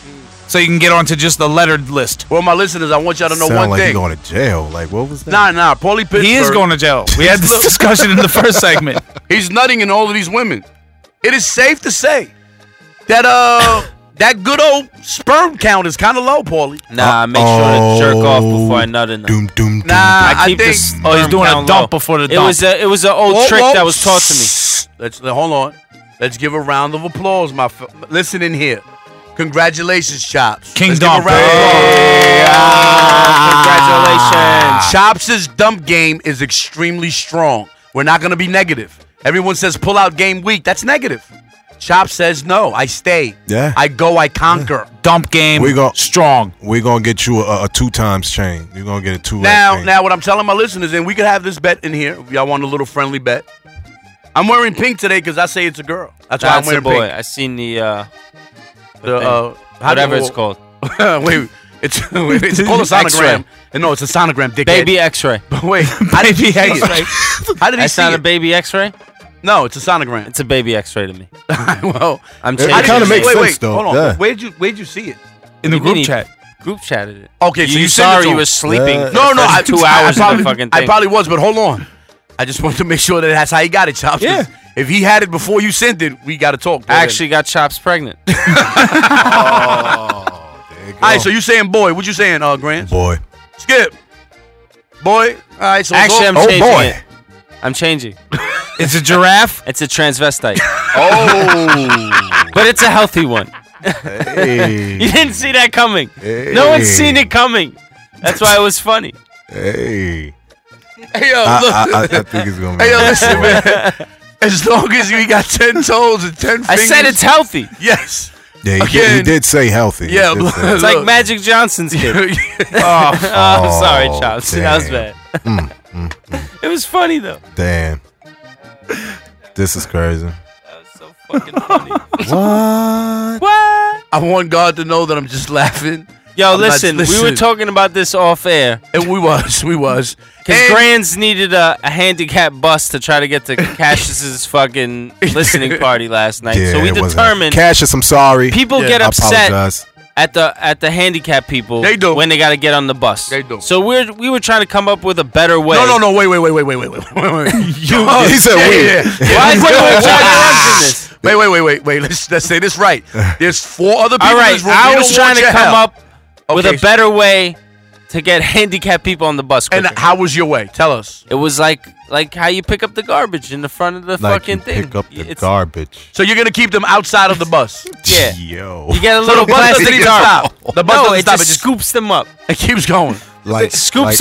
Speaker 5: so you can get onto just the lettered list.
Speaker 6: well, my listeners, I want y'all to know
Speaker 3: Sound
Speaker 6: one
Speaker 3: like he
Speaker 6: thing.
Speaker 3: going to jail. Like what was that?
Speaker 6: Nah, nah, Paulie Pittsburgh.
Speaker 5: He is going to jail. We had this discussion in the first segment.
Speaker 6: He's nutting in all of these women. It is safe to say that uh that good old sperm count is kind of low, Paulie.
Speaker 2: Nah, I make sure to jerk off before I nut in them.
Speaker 3: Doom, doom, doom.
Speaker 6: Nah,
Speaker 2: I
Speaker 6: I
Speaker 2: keep
Speaker 6: think-
Speaker 2: this.
Speaker 5: Oh, he's doing a dump
Speaker 2: low.
Speaker 5: before the
Speaker 2: It
Speaker 5: dump.
Speaker 2: was a it was an old
Speaker 6: Whoa,
Speaker 2: trick
Speaker 6: whoa.
Speaker 2: that was taught to me.
Speaker 6: Let's hold on. Let's give a round of applause, my. F- Listen in here. Congratulations, Chops.
Speaker 5: King
Speaker 6: Let's give a
Speaker 5: Dump.
Speaker 6: round of applause.
Speaker 2: Congratulations.
Speaker 6: Chops's dump game is extremely strong. We're not going to be negative. Everyone says pull out game week. That's negative. Chop says no. I stay.
Speaker 3: Yeah.
Speaker 6: I go. I conquer.
Speaker 5: Dump game.
Speaker 3: We go-
Speaker 5: strong.
Speaker 3: We're gonna get you a, a two times chain. You're gonna get a two.
Speaker 6: Now, now, what I'm telling my listeners, and we could have this bet in here. If y'all want a little friendly bet? I'm wearing pink today because I say it's a girl. That's why
Speaker 2: That's a
Speaker 6: I'm
Speaker 2: boy.
Speaker 6: wearing
Speaker 2: I seen the uh,
Speaker 6: pink. The, uh, how do-
Speaker 2: whatever it's called,
Speaker 6: wait, it's wait, it's called a sonogram. And no, it's a sonogram, dickhead.
Speaker 2: baby X-ray.
Speaker 6: wait, how did he see it? How did he
Speaker 2: That's
Speaker 6: see
Speaker 2: not a
Speaker 6: it?
Speaker 2: baby X-ray.
Speaker 6: no, it's a sonogram.
Speaker 2: It's a baby X-ray to me.
Speaker 6: well,
Speaker 2: I'm
Speaker 3: It
Speaker 2: changing.
Speaker 6: how did
Speaker 3: kinda
Speaker 6: you see-
Speaker 3: makes
Speaker 6: wait,
Speaker 3: sense,
Speaker 6: wait,
Speaker 3: though.
Speaker 6: Hold on,
Speaker 3: Yeah.
Speaker 6: where'd you where'd you see it?
Speaker 5: in the
Speaker 2: What do you
Speaker 5: group
Speaker 2: mean?
Speaker 5: chat.
Speaker 2: Group chatted it.
Speaker 6: Okay, so
Speaker 2: you,
Speaker 6: you sent it
Speaker 2: sorry
Speaker 6: to
Speaker 2: you
Speaker 6: him.
Speaker 2: were sleeping?
Speaker 3: Yeah.
Speaker 2: for
Speaker 6: No,
Speaker 2: the
Speaker 6: no,
Speaker 2: first
Speaker 6: I,
Speaker 2: two
Speaker 6: I- I
Speaker 2: hours
Speaker 6: probably,
Speaker 2: of the fucking
Speaker 6: I
Speaker 2: thing.
Speaker 6: probably was, but hold on. I just wanted to make sure that that's how he got it, Chops. 'cause
Speaker 5: Yeah.
Speaker 6: If he had it before you sent it, we got to talk. Oh,
Speaker 2: I actually got chops pregnant.
Speaker 6: All right, so you saying boy? What you saying, uh, Grant?
Speaker 3: boy.
Speaker 6: Skip. Boy. All Oh, right, so
Speaker 2: Actually, I'm
Speaker 6: go-
Speaker 2: changing
Speaker 3: boy.
Speaker 2: it. I'm changing.
Speaker 5: It's a giraffe.
Speaker 2: It's a transvestite,
Speaker 6: Oh.
Speaker 2: but it's a healthy one. You
Speaker 3: Hey,
Speaker 2: didn't see that coming. No one's seen it coming. That's why it was funny.
Speaker 3: hey.
Speaker 6: hey, yo,
Speaker 3: I,
Speaker 6: look.
Speaker 3: I, I, I think it's gonna. Be
Speaker 6: hey, yo, listen, man. As long as we got 10 toes and 10 fingers.
Speaker 2: I said it's healthy.
Speaker 6: Yes.
Speaker 3: Yeah, he, did, he
Speaker 6: Again.
Speaker 3: did say healthy. He
Speaker 6: Yeah,
Speaker 3: did say-
Speaker 2: It's like
Speaker 6: Look.
Speaker 2: Magic Johnson's kid.
Speaker 6: oh,
Speaker 2: Oh, I'm sorry,
Speaker 3: Oh,
Speaker 2: Chops. That was bad.
Speaker 3: damn. Mm,
Speaker 2: It was funny though.
Speaker 3: Damn. This is crazy.
Speaker 2: That was so fucking funny.
Speaker 3: What?
Speaker 2: what?
Speaker 6: I want God to know that I'm just laughing.
Speaker 2: Yo,
Speaker 6: I'm not-
Speaker 2: listen, we were
Speaker 6: listen.
Speaker 2: talking about this off air
Speaker 6: And we was. We was.
Speaker 2: because
Speaker 6: And-
Speaker 2: Grands needed a, a handicap bus to try to get to Cassius's fucking listening party last night.
Speaker 3: Yeah,
Speaker 2: so we
Speaker 3: it wasn't-
Speaker 2: determined
Speaker 3: Cassius, I'm sorry.
Speaker 2: people
Speaker 6: Yeah,
Speaker 2: get
Speaker 3: I
Speaker 2: upset
Speaker 3: apologize.
Speaker 2: at the at the handicap people
Speaker 6: They do.
Speaker 2: when they got to get on the bus.
Speaker 6: They do.
Speaker 2: So we're we were trying to come up with a better way.
Speaker 6: No, no, no. Wait, wait, wait, wait, wait, wait, wait, wait, wait. Oh, you,
Speaker 3: he said we.
Speaker 2: Why is everyone trying to run from this?
Speaker 6: Wait, wait, wait, wait, wait. Let's let's say this right. There's four other people.
Speaker 2: All
Speaker 6: in
Speaker 2: right,
Speaker 6: this room. We
Speaker 2: I
Speaker 6: don't
Speaker 2: was trying
Speaker 6: want
Speaker 2: to
Speaker 6: your
Speaker 2: come
Speaker 6: help.
Speaker 2: up with
Speaker 6: Okay,
Speaker 2: a better way to get handicapped people on the bus.
Speaker 6: And
Speaker 2: Quicker.
Speaker 6: how was your way? Tell us.
Speaker 2: it was like like how you pick up the garbage in the front of the
Speaker 3: Like you
Speaker 2: fucking thing.
Speaker 3: pick up the
Speaker 2: It's-
Speaker 3: garbage.
Speaker 6: So you're gonna keep them outside of the bus.
Speaker 2: Yeah.
Speaker 3: Yo.
Speaker 2: You get a
Speaker 6: So
Speaker 2: little
Speaker 6: the bus doesn't
Speaker 2: plastic
Speaker 6: even
Speaker 2: jar.
Speaker 6: stop. The bus
Speaker 2: no,
Speaker 6: doesn't
Speaker 2: it
Speaker 6: stop.
Speaker 2: just,
Speaker 6: it just
Speaker 2: scoops them up.
Speaker 6: it keeps going.
Speaker 3: Like
Speaker 2: scoops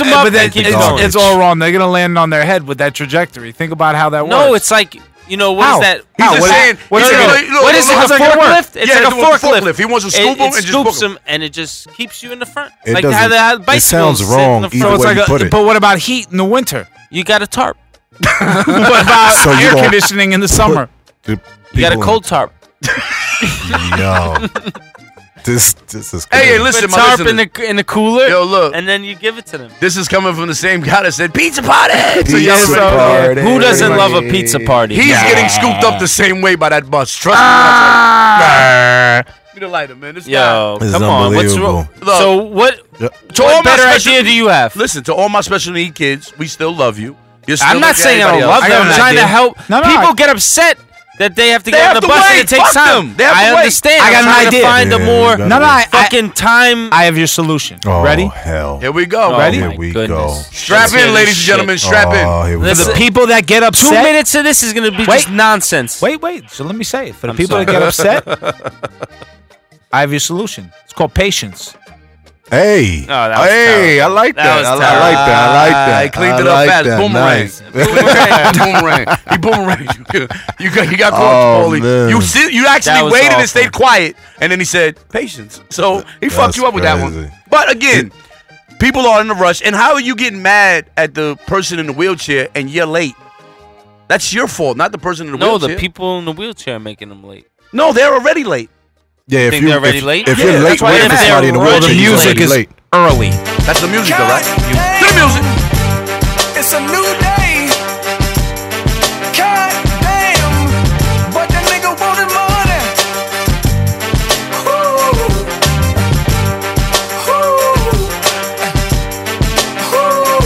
Speaker 3: like,
Speaker 2: 'em up
Speaker 5: But that,
Speaker 2: and keep
Speaker 5: it's,
Speaker 2: going.
Speaker 5: it's all wrong. They're gonna land on their head with that trajectory. Think about how that works.
Speaker 2: No, it's like you know what is
Speaker 5: How?
Speaker 2: that?
Speaker 5: How?
Speaker 6: He's
Speaker 5: What-
Speaker 6: just saying.
Speaker 5: what
Speaker 6: he's
Speaker 5: is
Speaker 6: saying,
Speaker 5: it?
Speaker 6: "Look, look,
Speaker 2: what is
Speaker 6: look,
Speaker 2: it?
Speaker 6: look,
Speaker 2: It's like a
Speaker 6: look, look."
Speaker 2: forklift. It's
Speaker 6: Yeah,
Speaker 2: like a
Speaker 6: it's doing
Speaker 2: forklift.
Speaker 6: He wants to
Speaker 2: It-
Speaker 6: scoop
Speaker 2: it,
Speaker 6: them and just book
Speaker 2: scoops
Speaker 6: 'em.
Speaker 2: them and it just keeps you in the front.
Speaker 3: It
Speaker 2: like
Speaker 3: doesn't-
Speaker 2: how the how the
Speaker 3: it
Speaker 2: bicycles
Speaker 3: sounds
Speaker 2: sit
Speaker 3: wrong
Speaker 2: in the
Speaker 3: either
Speaker 2: front.
Speaker 5: So it's
Speaker 3: way
Speaker 5: like
Speaker 3: you
Speaker 5: a,
Speaker 3: put it.
Speaker 5: But what about heat in the winter?
Speaker 2: You got a tarp.
Speaker 5: What about
Speaker 3: So you
Speaker 5: air
Speaker 3: gonna
Speaker 5: conditioning in the summer?
Speaker 3: You
Speaker 2: You got a cold tarp.
Speaker 3: Yo. This this is
Speaker 6: Hey,
Speaker 3: crazy.
Speaker 6: hey, listen,
Speaker 2: Put
Speaker 6: my
Speaker 2: tarp in
Speaker 6: listeners.
Speaker 2: the in the cooler.
Speaker 6: Yo, look.
Speaker 2: and then you give it to them.
Speaker 6: This is coming from the same guy that said pizza party. So
Speaker 3: Pizza
Speaker 6: y'all
Speaker 3: party.
Speaker 6: ready?
Speaker 3: Party.
Speaker 2: Who doesn't love a pizza party?
Speaker 6: He's
Speaker 2: Yeah.
Speaker 6: getting scooped up the same way by that bus. Trust me. Ah. Give me the lighter, man. This guy.
Speaker 2: Yo,
Speaker 3: This is
Speaker 2: come on. What's wrong?
Speaker 3: unbelievable.
Speaker 6: Look.
Speaker 2: So what?
Speaker 3: Yeah.
Speaker 6: all my
Speaker 2: What better
Speaker 6: special-
Speaker 2: idea do you have?
Speaker 6: Listen to all my special need kids. We still love you. You're still
Speaker 2: I'm not
Speaker 6: like
Speaker 2: saying I
Speaker 6: everybody
Speaker 2: don't
Speaker 6: else.
Speaker 2: love
Speaker 5: I got
Speaker 2: them. I'm
Speaker 5: an
Speaker 2: trying to
Speaker 5: idea.
Speaker 2: help.
Speaker 5: No, no,
Speaker 2: People
Speaker 5: I-
Speaker 2: get upset that they have to
Speaker 6: They
Speaker 2: get
Speaker 6: have
Speaker 2: on
Speaker 6: to
Speaker 2: the bus and
Speaker 6: wait.
Speaker 2: it
Speaker 6: Fuck
Speaker 2: takes time.
Speaker 6: them. They have
Speaker 2: I
Speaker 6: to wait.
Speaker 2: understand.
Speaker 5: I got
Speaker 2: I'm
Speaker 5: an
Speaker 2: trying to
Speaker 5: idea.
Speaker 2: Find
Speaker 3: Yeah,
Speaker 2: a
Speaker 3: you
Speaker 2: more
Speaker 3: got
Speaker 5: No, no, I, I,
Speaker 2: fucking time.
Speaker 5: I have your solution.
Speaker 3: Oh,
Speaker 5: Ready?
Speaker 3: Hell.
Speaker 6: Here we go.
Speaker 2: Oh,
Speaker 6: Ready?
Speaker 3: Here
Speaker 2: my
Speaker 3: we
Speaker 2: goodness.
Speaker 3: go.
Speaker 6: Strap
Speaker 2: Let's hear
Speaker 6: in,
Speaker 2: this
Speaker 6: ladies and
Speaker 2: shit.
Speaker 6: gentlemen. Strap
Speaker 3: Oh,
Speaker 6: in.
Speaker 3: here we
Speaker 5: For
Speaker 2: Listen.
Speaker 5: the
Speaker 3: go.
Speaker 5: people that get upset.
Speaker 2: Two minutes of this is gonna be just nonsense.
Speaker 5: Wait, wait. So let me say it. For the people that get upset, I have your solution. It's called patience.
Speaker 3: Hey.
Speaker 2: Oh, that was
Speaker 6: uh,
Speaker 3: hey, I
Speaker 2: terrible.
Speaker 3: like
Speaker 2: That
Speaker 3: that.
Speaker 2: was
Speaker 3: I, I like that. I like that.
Speaker 6: I Ah, cleaned
Speaker 3: I
Speaker 6: it up
Speaker 3: like
Speaker 6: fast.
Speaker 3: that.
Speaker 6: Boomerang.
Speaker 3: Nice.
Speaker 6: boomerang. Boomerang. He boomerang. You got, you got
Speaker 3: Oh,
Speaker 6: caught, Paulie.
Speaker 3: man.
Speaker 6: You sit, you
Speaker 2: That
Speaker 6: actually
Speaker 2: was
Speaker 6: waited
Speaker 2: awful.
Speaker 6: and stayed quiet, and then he said patience. So he
Speaker 3: That's
Speaker 6: fucked you up with that one.
Speaker 3: crazy.
Speaker 6: But again, people are in a rush, and how are you getting mad at the person in the wheelchair and you're late? That's your fault, not the person in the
Speaker 2: No,
Speaker 6: wheelchair.
Speaker 2: the people in the wheelchair are making them late.
Speaker 6: No, they're already late.
Speaker 3: Yeah, if
Speaker 2: Think
Speaker 3: you
Speaker 2: they're already
Speaker 3: if,
Speaker 2: late?
Speaker 3: if
Speaker 6: Yeah,
Speaker 3: you're
Speaker 6: that's
Speaker 3: late
Speaker 6: why
Speaker 3: waiting
Speaker 6: they're
Speaker 3: for somebody in the
Speaker 2: mad.
Speaker 3: world,
Speaker 2: The
Speaker 3: you're
Speaker 2: music
Speaker 3: already
Speaker 5: is-
Speaker 3: late.
Speaker 5: Early.
Speaker 6: That's the music, though, right? To the music.
Speaker 10: It's a new day. God damn. But the nigga wanted money. Ooh. Ooh. Ooh.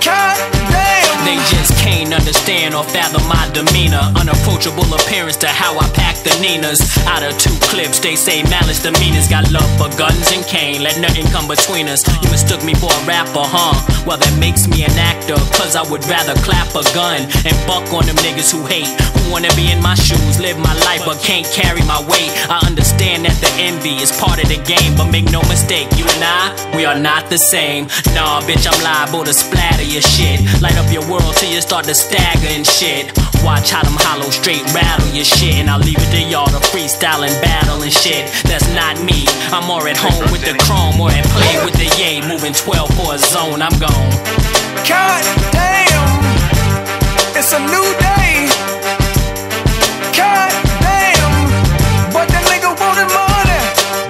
Speaker 10: God damn.
Speaker 11: They just can't understand or fathom my demeanor. Unapproachable appearance to how I pack the Ninas. Out of two clips, they say malice demeanors. Got love for guns and cane, let nothing come between us. You mistook me for a rapper, huh? Well, that makes me an actor, cause I would rather clap a gun and buck on them niggas who hate. Who wanna be in my shoes, live my life, but can't carry my weight. I understand that the envy is part of the game, but make no mistake, you and I, we are not the same. Nah, bitch, I'm liable to splatter your shit. Light up your world till you start to stagger and shit. Watch how them hollow straight rattle your shit, and I'll leave it to y'all to freestyle and battle and shit. That's not me. I'm more at home with the chrome or at play with the yay. Moving 12 for a zone, I'm gone.
Speaker 10: God damn, it's a new day. God damn, but the nigga wanted money.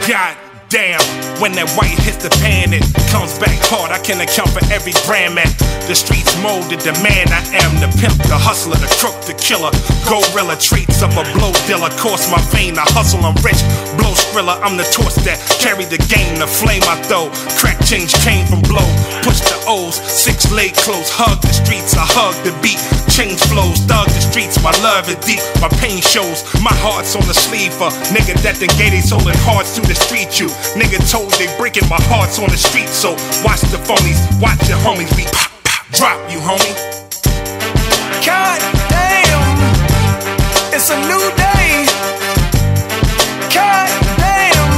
Speaker 12: God damn, when that white hits the pan, it comes back hard. I can account for every brand man. The streets molded the man I am, the pimp, the hustler, the crook, the killer. Gorilla traits of a blow dealer. Course my vein, I hustle, I'm rich. Blow thriller, I'm the torch that carry the game, the flame I throw. Crack change came from blow. Push the O's, six leg close, hug the streets, I hug the beat. Change flows, thug the streets, my love is deep, my pain shows. My heart's on the sleeve for nigga that then gave they soul and hearts to the street. You nigga told they breaking my heart's on the street, so watch the phonies, watch your homies be pop, pop, drop you, homie.
Speaker 10: God damn, it's a new day. God damn,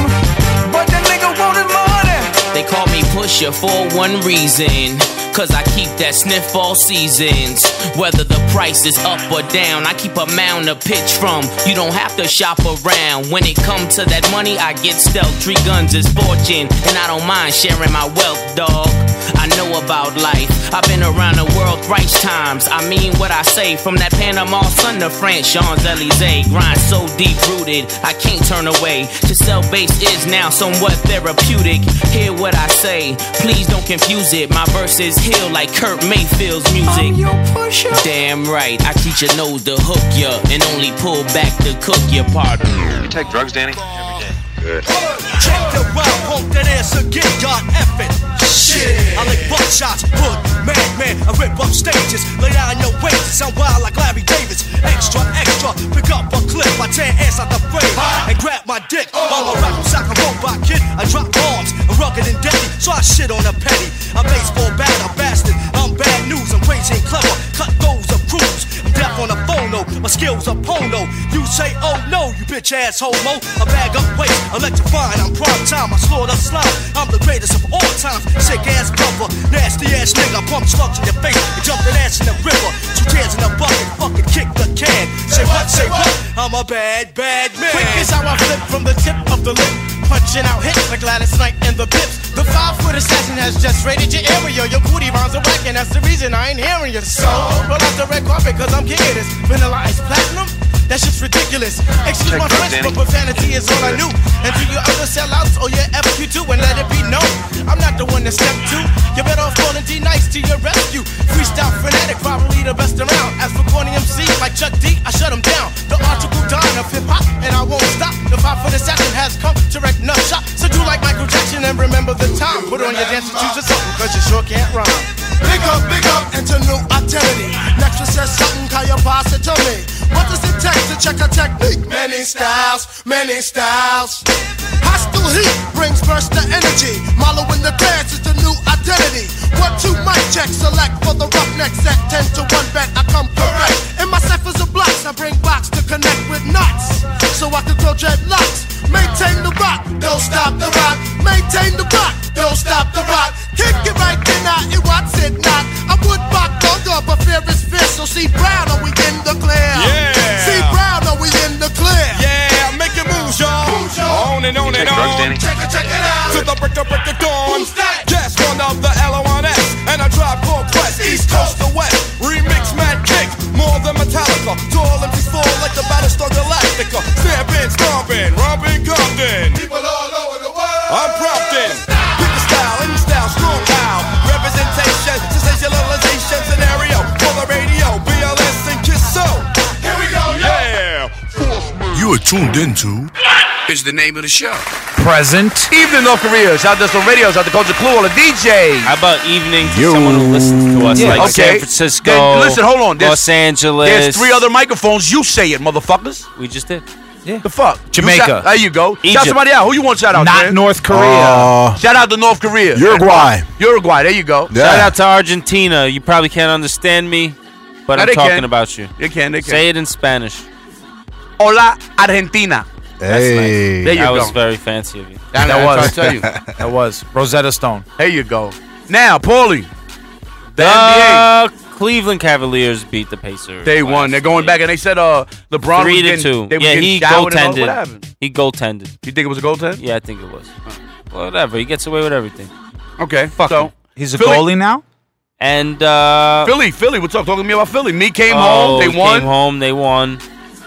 Speaker 10: but the nigga wanted money.
Speaker 11: They call me Pusher for one reason. Cause I keep that sniff all seasons. Whether the price is up or down, I keep a mound to pitch from. You don't have to shop around. When it come to that money, I get stealth. Three guns is fortune, and I don't mind sharing my wealth, dog. I know about life. I've been around the world thrice times. I mean what I say. From that Panama sun to France, Champs Elysees. Grind so deep rooted, I can't turn away. To sell base is now somewhat therapeutic. Hear what I say. Please don't confuse it. My verses heal like Kurt Mayfield's music.
Speaker 10: I'm your pusher.
Speaker 11: Damn right, I teach your nose to hook ya and only pull back to cook your partner.
Speaker 10: Check the well, won't that answer get God effing? Shit. I like buckshots, hood, madman. I rip up stages, lay down your wages. I'm wild like Larry Davis. Extra, extra, pick up a clip. I tear ass out the frame and grab my dick. While I rap, sock a robot kid. I drop bombs, I'm rugged and deadly, so I shit on a petty. I'm baseball bat, a bastard. I'm bad news, I'm crazy and clever. Cut those of crews. I'm deaf on a phono, my skills are pono. You say, oh no, you bitch ass homo. I bag up weight, electrifying, I'm prime time. I slaughter slime, I'm the greatest of all times. Sick ass brother, nasty ass nigga. Pump slugs in your face, and jump that ass in the river. Two tears in a bucket, fucking kick the can. Say what, say what? I'm a bad, bad man. Quick is how I flip from the tip of the lip. Punching out hits like Gladys Knight and the Pips. The five foot assassin has just raided your area. Your booty rhymes are whack, and that's the reason I ain't hearing you. So, roll out the red carpet, cause I'm kicking this. Vanilla ice platinum? That's just ridiculous. Excuse my French, but profanity is all I knew. And do you ever sell out or you ever you do? And let it be known, I'm not the one to step to. You better off calling D Nice to your rescue. Freestyle frenetic, probably the best around. As for corny MC, like Chuck D, I shut him down. The article dine of hip hop, and I won't stop. The five foot assassin has come to wreck nut shop. So do like Michael Jackson and remember the time. Put on your dance shoes or something, cause you sure can't rhyme. Big up, big up, into new identity. Next says something, call your boss and tell me.
Speaker 13: check a technique. Many styles, many styles. Hostile heat brings burst of energy. Marlow in the dance is the new identity. One, two, mic check, select for the roughnecks at 10 to 1 bet. I come correct. In my ciphers of blocks, I bring box to connect with knots. So I can grow dreadlocks. Maintain the rock, don't stop the rock. Maintain the rock, don't stop the rock. Kick it right then, I it what's it not. I would rock longer, but fear is fierce. So see Brown, are we in the clear?
Speaker 14: Yeah.
Speaker 13: See Brown, are we in the clear?
Speaker 14: Yeah, make your moves, y'all. On and on and on. Check it, check it out. To the break of break of dawn. Who's that? Yes, one of the L-O-N-S. And I drive for quest, east coast to west. Remix, mad kick, more than Metallica. To all MCs fall like the Battlestar Galactica. Stampin', stompin', rompin', Compton. People all over the world. I'm prompting. Pick a style, any style, strong loud. Representation, sensationalization scenario. For the radio, BLS and Kiss So. Here we go, yeah.
Speaker 4: You are tuned into. Is the name of the show.
Speaker 5: Present.
Speaker 6: Evening, North Korea. Shout out to some radios. Shout out to Culture Clue, all the DJs.
Speaker 2: How about evening to someone who listens to us, like San Francisco,
Speaker 6: Then listen, hold on. There's-
Speaker 2: Los Angeles.
Speaker 6: There's three other microphones. You say it, motherfuckers.
Speaker 2: We just did.
Speaker 6: Yeah. The fuck? You
Speaker 5: Jamaica.
Speaker 6: shout- there you go.
Speaker 5: Egypt.
Speaker 6: Shout somebody out. Who you want to shout out?
Speaker 5: Not
Speaker 6: man? Uh,
Speaker 5: North Korea.
Speaker 6: shout out to North Korea.
Speaker 2: Uruguay.
Speaker 6: Uruguay. There you go.
Speaker 2: Shout out to Argentina. You probably can't understand me, but
Speaker 6: No,
Speaker 2: I'm
Speaker 6: they
Speaker 2: talking
Speaker 6: can.
Speaker 2: about you.
Speaker 6: They can, they can.
Speaker 2: Say it in Spanish.
Speaker 6: Hola, Argentina.
Speaker 2: Hey.
Speaker 6: There you
Speaker 2: that
Speaker 6: go.
Speaker 2: was very fancy of you.
Speaker 6: That,
Speaker 5: That
Speaker 6: was.
Speaker 5: was.
Speaker 6: Tell you. that
Speaker 5: was Rosetta Stone.
Speaker 6: There you go. Now, Paulie.
Speaker 2: The
Speaker 6: NBA.
Speaker 2: Uh, Cleveland Cavaliers beat the Pacers.
Speaker 6: They won. They're going back, and they said uh, LeBron
Speaker 2: Three
Speaker 6: was
Speaker 2: to
Speaker 6: getting-
Speaker 2: two.
Speaker 6: They were
Speaker 2: yeah,
Speaker 6: getting
Speaker 2: he
Speaker 6: showered and all- What happened?
Speaker 2: goaltended. He goaltended.
Speaker 6: You think it was a goaltend?
Speaker 2: Yeah, I think it was. Whatever. He gets away with everything.
Speaker 6: Okay. Fuck so,
Speaker 5: He's
Speaker 2: a Philly- goalie
Speaker 5: now?
Speaker 2: And uh
Speaker 6: Philly, Philly, what's up? Talking to me about Philly. Me came
Speaker 2: oh,
Speaker 6: home, they
Speaker 2: he
Speaker 6: won.
Speaker 2: Came home, they won.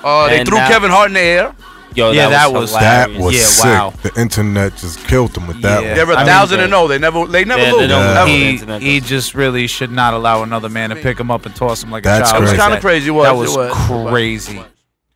Speaker 6: Uh, they threw Kevin Hart in the air.
Speaker 2: Yo,
Speaker 6: Yeah,
Speaker 2: that,
Speaker 6: that
Speaker 2: was,
Speaker 6: was-
Speaker 3: That
Speaker 2: hilarious.
Speaker 3: was
Speaker 2: yeah,
Speaker 3: sick.
Speaker 2: wow.
Speaker 3: The internet just killed them with that.
Speaker 5: Yeah.
Speaker 3: one.
Speaker 5: They
Speaker 6: They're
Speaker 5: were
Speaker 6: a
Speaker 5: I mean,
Speaker 6: thousand
Speaker 5: they-
Speaker 6: and zero. They never, they never
Speaker 5: Yeah,
Speaker 6: lose.
Speaker 5: they don't-
Speaker 6: Ever.
Speaker 5: he, he just really should not allow another man to pick him up and toss him like
Speaker 6: That's
Speaker 5: a child.
Speaker 6: crazy.
Speaker 5: like
Speaker 6: That was kinda crazy, it was,
Speaker 5: That
Speaker 6: it
Speaker 5: was,
Speaker 6: was.
Speaker 5: crazy.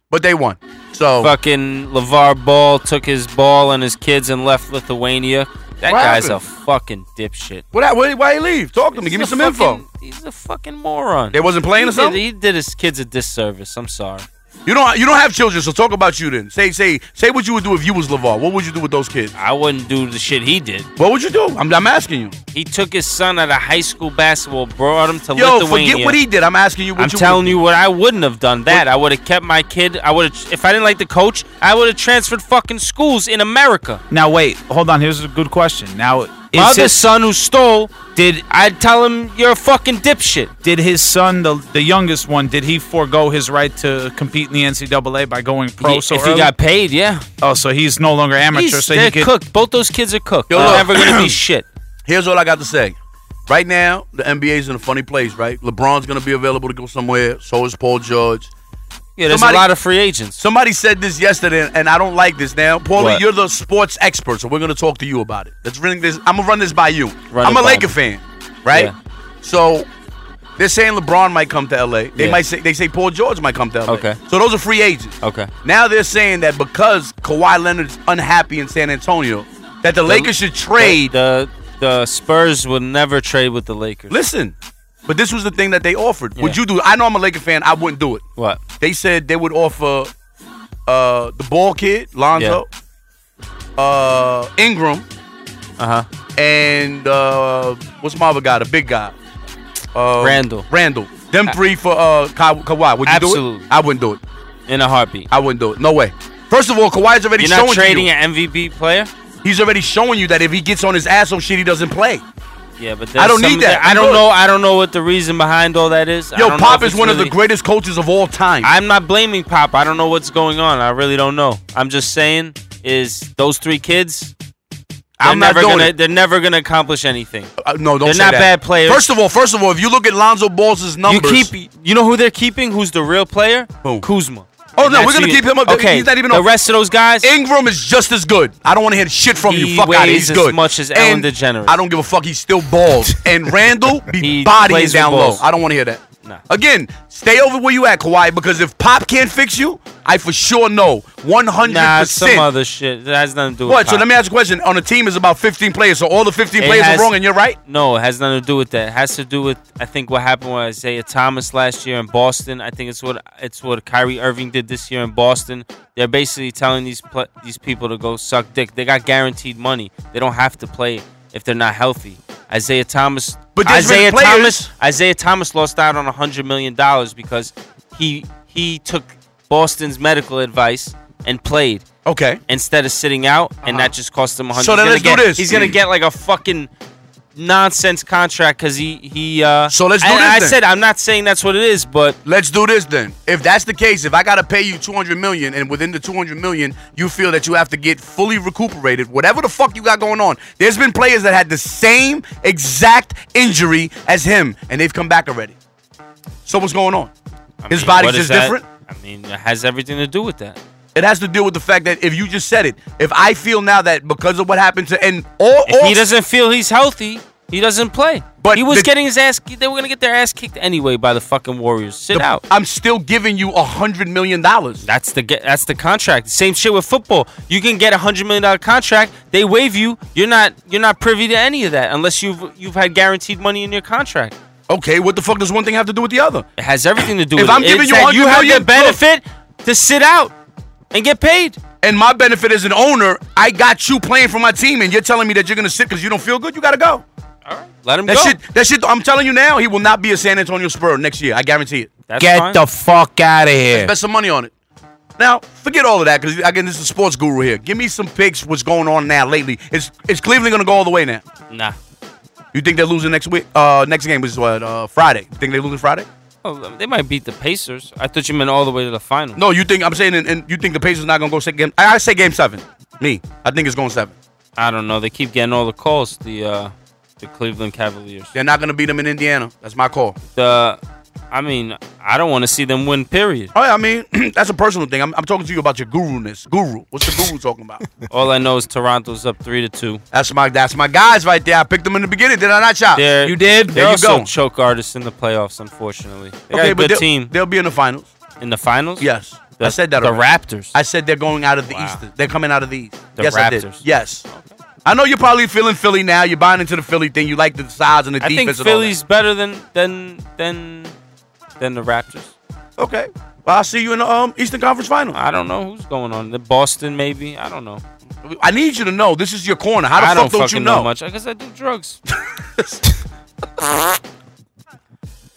Speaker 6: But they won. So
Speaker 2: fucking LeVar Ball took his ball and his kids and left Lithuania. That
Speaker 6: What
Speaker 2: guy's
Speaker 6: happened?
Speaker 2: a fucking dipshit.
Speaker 6: What? hap- Why, why he leave? Talk to me. Give me
Speaker 2: He's a
Speaker 6: some info.
Speaker 2: fucking- He's a fucking moron.
Speaker 6: They wasn't playing or
Speaker 2: He did-
Speaker 6: something?
Speaker 2: He did his kids a disservice. I'm sorry.
Speaker 6: You don't. You don't have children, so talk about you then. Say, say, say what you would do if you was Levar. What would you do with those kids?
Speaker 2: I wouldn't do the shit he did.
Speaker 6: What would you do? I'm, I'm asking you.
Speaker 2: He took his son out of high school basketball, brought him to
Speaker 6: Yo,
Speaker 2: Lithuania.
Speaker 6: forget what he did. I'm asking you. What
Speaker 2: I'm
Speaker 6: you
Speaker 2: telling you what I wouldn't have done. That I would have kept my kid. I would have if I didn't like the coach. I would have transferred fucking schools in America.
Speaker 5: Now wait, hold on. Here's a good question. Now,
Speaker 2: My
Speaker 5: is
Speaker 2: other
Speaker 5: his,
Speaker 2: son who stole did I'd tell him you're a fucking dipshit.
Speaker 5: did his son, the the youngest one, did he forego his right to compete in the NCAA by going pro?
Speaker 2: Ye-
Speaker 5: so
Speaker 2: if
Speaker 5: early?
Speaker 2: he got paid, yeah.
Speaker 5: Oh, so he's no longer amateur.
Speaker 2: He's-
Speaker 5: so he
Speaker 2: they're
Speaker 5: could.
Speaker 2: cooked. Both those kids are cooked.
Speaker 6: Yo,
Speaker 2: they're
Speaker 6: look.
Speaker 2: never gonna be shit.
Speaker 6: Here's what I got to say. Right now, the NBA's in a funny place. Right, LeBron's going to be available to go somewhere. So is Paul George.
Speaker 2: Yeah, there's
Speaker 6: Somebody-
Speaker 2: a lot of free agents.
Speaker 6: Somebody said this yesterday, and I don't like this now. Paulie,
Speaker 2: What?
Speaker 6: you're the sports expert, so we're gonna talk to you about it. Let's run this. I'm gonna run this by you.
Speaker 2: Run
Speaker 6: I'm
Speaker 2: it
Speaker 6: a
Speaker 2: by
Speaker 6: Laker
Speaker 2: me.
Speaker 6: fan, right?
Speaker 2: Yeah.
Speaker 6: So they're saying LeBron might come to LA. They
Speaker 2: Yeah.
Speaker 6: might say they say Paul George might come to LA.
Speaker 2: Okay.
Speaker 6: So those are free agents.
Speaker 2: Okay.
Speaker 6: Now they're saying that because Kawhi Leonard's unhappy in San Antonio, that the, Lakers should trade.
Speaker 2: The, the Spurs would never trade with the Lakers.
Speaker 6: Listen, but this was the thing that they offered. Would
Speaker 2: Yeah.
Speaker 6: you do? I know I'm a Laker fan. I wouldn't do it.
Speaker 2: What?
Speaker 6: They said they would offer uh the ball kid, Lonzo, uh Ingram,
Speaker 2: Uh huh.
Speaker 6: and uh what's my other guy, the big guy? Uh,
Speaker 2: Randall.
Speaker 6: Randall. Them three for uh Ka- Kawhi. Would you do
Speaker 2: Absolutely.
Speaker 6: it? I wouldn't do it.
Speaker 2: In a heartbeat.
Speaker 6: I wouldn't do it. No way. First of all, Kawhi's already
Speaker 2: You're
Speaker 6: showing
Speaker 2: not trading
Speaker 6: you.
Speaker 2: an MVP player.
Speaker 6: He's already showing you that if he gets on his ass on shit, he doesn't play.
Speaker 2: Yeah, but
Speaker 6: I
Speaker 2: there's
Speaker 6: don't
Speaker 2: some-
Speaker 6: need that.
Speaker 2: I
Speaker 6: I'm
Speaker 2: don't
Speaker 6: good.
Speaker 2: know. I don't know what the reason behind all that is. I
Speaker 6: Yo,
Speaker 2: don't know
Speaker 6: Pop
Speaker 2: if
Speaker 6: is
Speaker 2: it's
Speaker 6: one of
Speaker 2: really-
Speaker 6: the greatest coaches of all time.
Speaker 2: I'm not blaming Pop. I don't know what's going on. I really don't know. I'm just saying is those three kids. They're
Speaker 6: I'm not
Speaker 2: never
Speaker 6: doing
Speaker 2: gonna.
Speaker 6: it.
Speaker 2: They're never gonna accomplish anything.
Speaker 6: Uh, no, don't
Speaker 2: They're
Speaker 6: say
Speaker 2: not
Speaker 6: that.
Speaker 2: bad players.
Speaker 6: First of all, first of all, if you look at Lonzo Ball's numbers,
Speaker 2: You keep. You know who they're keeping? Who's the real player? Kuzma.
Speaker 6: Oh
Speaker 2: And
Speaker 6: no,
Speaker 2: that's
Speaker 6: we're gonna
Speaker 2: who you-
Speaker 6: keep him up.
Speaker 2: Okay,
Speaker 6: he's not even
Speaker 2: the
Speaker 6: on-
Speaker 2: rest of those guys.
Speaker 6: Ingram is just as good. I don't want to hear shit from
Speaker 2: He
Speaker 6: you. Fuck out.
Speaker 2: weighs
Speaker 6: He's
Speaker 2: as
Speaker 6: good.
Speaker 2: much as
Speaker 6: And
Speaker 2: Ellen DeGeneres.
Speaker 6: I don't give a fuck. He still balls. And Randall be
Speaker 2: He
Speaker 6: bodying
Speaker 2: plays with
Speaker 6: down low.
Speaker 2: balls.
Speaker 6: I don't want to hear that.
Speaker 2: Nah.
Speaker 6: Again, stay over where you at, Kawhi, because if Pop can't fix you, I for sure know 100%.
Speaker 2: Nah, it's some other shit. That has nothing to do with
Speaker 6: What? So
Speaker 2: pop.
Speaker 6: let me ask you a question. On a team is about 15 players, so all the 15
Speaker 2: It
Speaker 6: players
Speaker 2: has-
Speaker 6: are wrong and you're right?
Speaker 2: No, it has nothing to do with that. It has to do with I think what happened with Isaiah Thomas last year in Boston. I think it's what it's what Kyrie Irving did this year in Boston. They're basically telling these pl- these people to go suck dick. They got guaranteed money. They don't have to play if they're not healthy. Isaiah Thomas,
Speaker 6: But there's been
Speaker 2: Isaiah
Speaker 6: players-
Speaker 2: Thomas, Isaiah Thomas lost out on hundred million dollars because he he took Boston's medical advice and played.
Speaker 6: Okay.
Speaker 2: Instead of sitting out, and that just cost him a hundred.
Speaker 6: Uh-huh. So then
Speaker 2: he's
Speaker 6: let's do
Speaker 2: gonna get-
Speaker 6: this.
Speaker 2: He's gonna get like a fucking nonsense contract because he he. Uh,
Speaker 6: so let's do
Speaker 2: and
Speaker 6: this
Speaker 2: I
Speaker 6: then.
Speaker 2: said I'm not saying that's what it is, but
Speaker 6: let's do this then. If that's the case, if I gotta pay you 200 million, and within the 200 million, you feel that you have to get fully recuperated, whatever the fuck you got going on. There's been players that had the same exact injury as him, and they've come back already. So what's going on? His
Speaker 2: mean,
Speaker 6: body's
Speaker 2: what is
Speaker 6: just
Speaker 2: that?
Speaker 6: different.
Speaker 2: I mean, it has everything to do with that.
Speaker 6: It has to deal with the fact that if you just said it, if I feel now that because of what happened to and all,
Speaker 2: If
Speaker 6: all
Speaker 2: he doesn't feel he's healthy, he doesn't play. But he was getting his ass. They were gonna get their ass kicked anyway by the fucking Warriors. Sit
Speaker 6: The-
Speaker 2: out.
Speaker 6: I'm still giving you a hundred million dollars.
Speaker 2: That's the ge- that's the contract. Same shit with football. You can get a hundred million dollar contract. They waive you. You're not you're not privy to any of that unless you've you've had guaranteed money in your contract.
Speaker 6: Okay, what the fuck does one thing have to do with the other?
Speaker 2: It has everything to do
Speaker 6: If
Speaker 2: with
Speaker 6: I'm
Speaker 2: it.
Speaker 6: giving
Speaker 2: It's
Speaker 6: you
Speaker 2: that you
Speaker 6: 100
Speaker 2: have the
Speaker 6: million, look.
Speaker 2: benefit to sit out and get paid.
Speaker 6: And my benefit as an owner, I got you playing for my team, and you're telling me that you're gonna sit because you don't feel good. You gotta go.
Speaker 2: Let him
Speaker 6: that
Speaker 2: go.
Speaker 6: Shit, that shit. I'm telling you now, he will not be a San Antonio Spur next year. I guarantee it.
Speaker 5: Get the fuck out of here.
Speaker 6: Let's bet some money on it. Now, forget all of that because again, this is a sports guru here. Give me some picks. What's going on now lately? Is is Cleveland gonna go all the way now?
Speaker 2: Nah.
Speaker 6: You think they're losing next week? Uh, next game was what? Uh, Friday. You think they're losing Friday?
Speaker 2: Oh, they might beat the Pacers. I thought you meant all the way to the final.
Speaker 6: No, Oh, you think I'm saying, and, and you think the Pacers not gonna go second game? I, I say game seven. Me, I think it's going seven.
Speaker 2: I don't know. They keep getting all the calls. The uh, the Cleveland Cavaliers.
Speaker 6: They're not gonna beat them in Indiana. That's my call.
Speaker 2: The, I mean, I don't want to see them win. Period.
Speaker 6: Oh, yeah, I mean, that's a personal thing. I'm, I'm talking to you about your guru-ness. Guru. What's the guru talking about?
Speaker 2: All I know is Toronto's up three to two.
Speaker 6: That's my that's my guys right there. I picked them in the beginning. Did I not, Chop?
Speaker 2: They're,
Speaker 6: You did.
Speaker 2: They're
Speaker 6: There you
Speaker 2: also
Speaker 6: go.
Speaker 2: choke artists in the playoffs. Unfortunately, they got a
Speaker 6: but
Speaker 2: good
Speaker 6: they'll,
Speaker 2: team.
Speaker 6: They'll be in the finals.
Speaker 2: In the finals?
Speaker 6: Yes. I
Speaker 2: The-
Speaker 6: said that.
Speaker 2: the
Speaker 6: already.
Speaker 2: Raptors.
Speaker 6: I said they're going out of the East. They're coming out of the East.
Speaker 2: The
Speaker 6: yes, I did.
Speaker 2: Raptors.
Speaker 6: Yes. I know you're probably feeling Philly now. You're buying into the Philly thing. You like the size and the
Speaker 2: I think
Speaker 6: defense. and all that.
Speaker 2: Philly's better than than than than the Raptors.
Speaker 6: Okay. Well, I'll see you in the um, Eastern Conference Final.
Speaker 2: I don't know who's going on. The Boston maybe. I don't know.
Speaker 6: I need you to know. This is your corner. How the
Speaker 2: I
Speaker 6: fuck
Speaker 2: don't
Speaker 6: don't, you
Speaker 2: fucking know
Speaker 6: know?
Speaker 2: much. I guess I do drugs.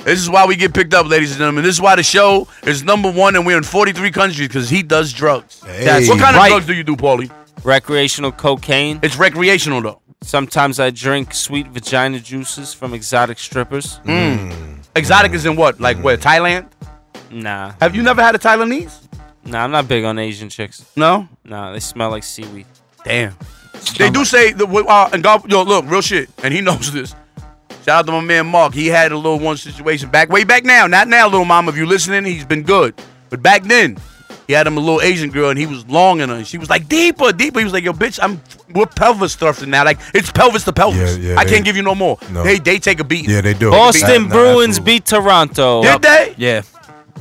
Speaker 6: This is why we get picked up, ladies and gentlemen. This is why the show is number one, and we're in 43 countries because he does drugs.
Speaker 2: That's
Speaker 6: what kind
Speaker 2: right.
Speaker 6: of drugs do you do, Paulie?
Speaker 2: Recreational cocaine.
Speaker 6: It's recreational though.
Speaker 2: Sometimes I drink sweet vagina juices from exotic strippers. Hmm.
Speaker 6: Mm. Exotic is in what? Like where? Thailand?
Speaker 2: Nah.
Speaker 6: Have you never had a Thailandese?
Speaker 2: Nah, I'm not big on Asian chicks.
Speaker 6: No?
Speaker 2: Nah, they smell like seaweed. Um,
Speaker 6: Damn. They do say the uh, and God, yo, look, real shit, and he knows this. Shout out to my man Mark. He had a little one situation back way back now. Not now, little mom. If you listening, he's been good. But back then, he had him a little Asian girl, and he was longing her. And she was like, "Deeper, deeper." He was like, "Yo, bitch, I'm we're pelvis thrusting now. Like it's pelvis to pelvis.
Speaker 3: Yeah, yeah,
Speaker 6: I
Speaker 3: they-
Speaker 6: can't give you no more.
Speaker 3: No.
Speaker 6: They they take a beating.
Speaker 3: Yeah, they do.
Speaker 2: Boston
Speaker 3: Nah, nah,
Speaker 2: Bruins beat Toronto.
Speaker 6: Did they?
Speaker 5: Yeah.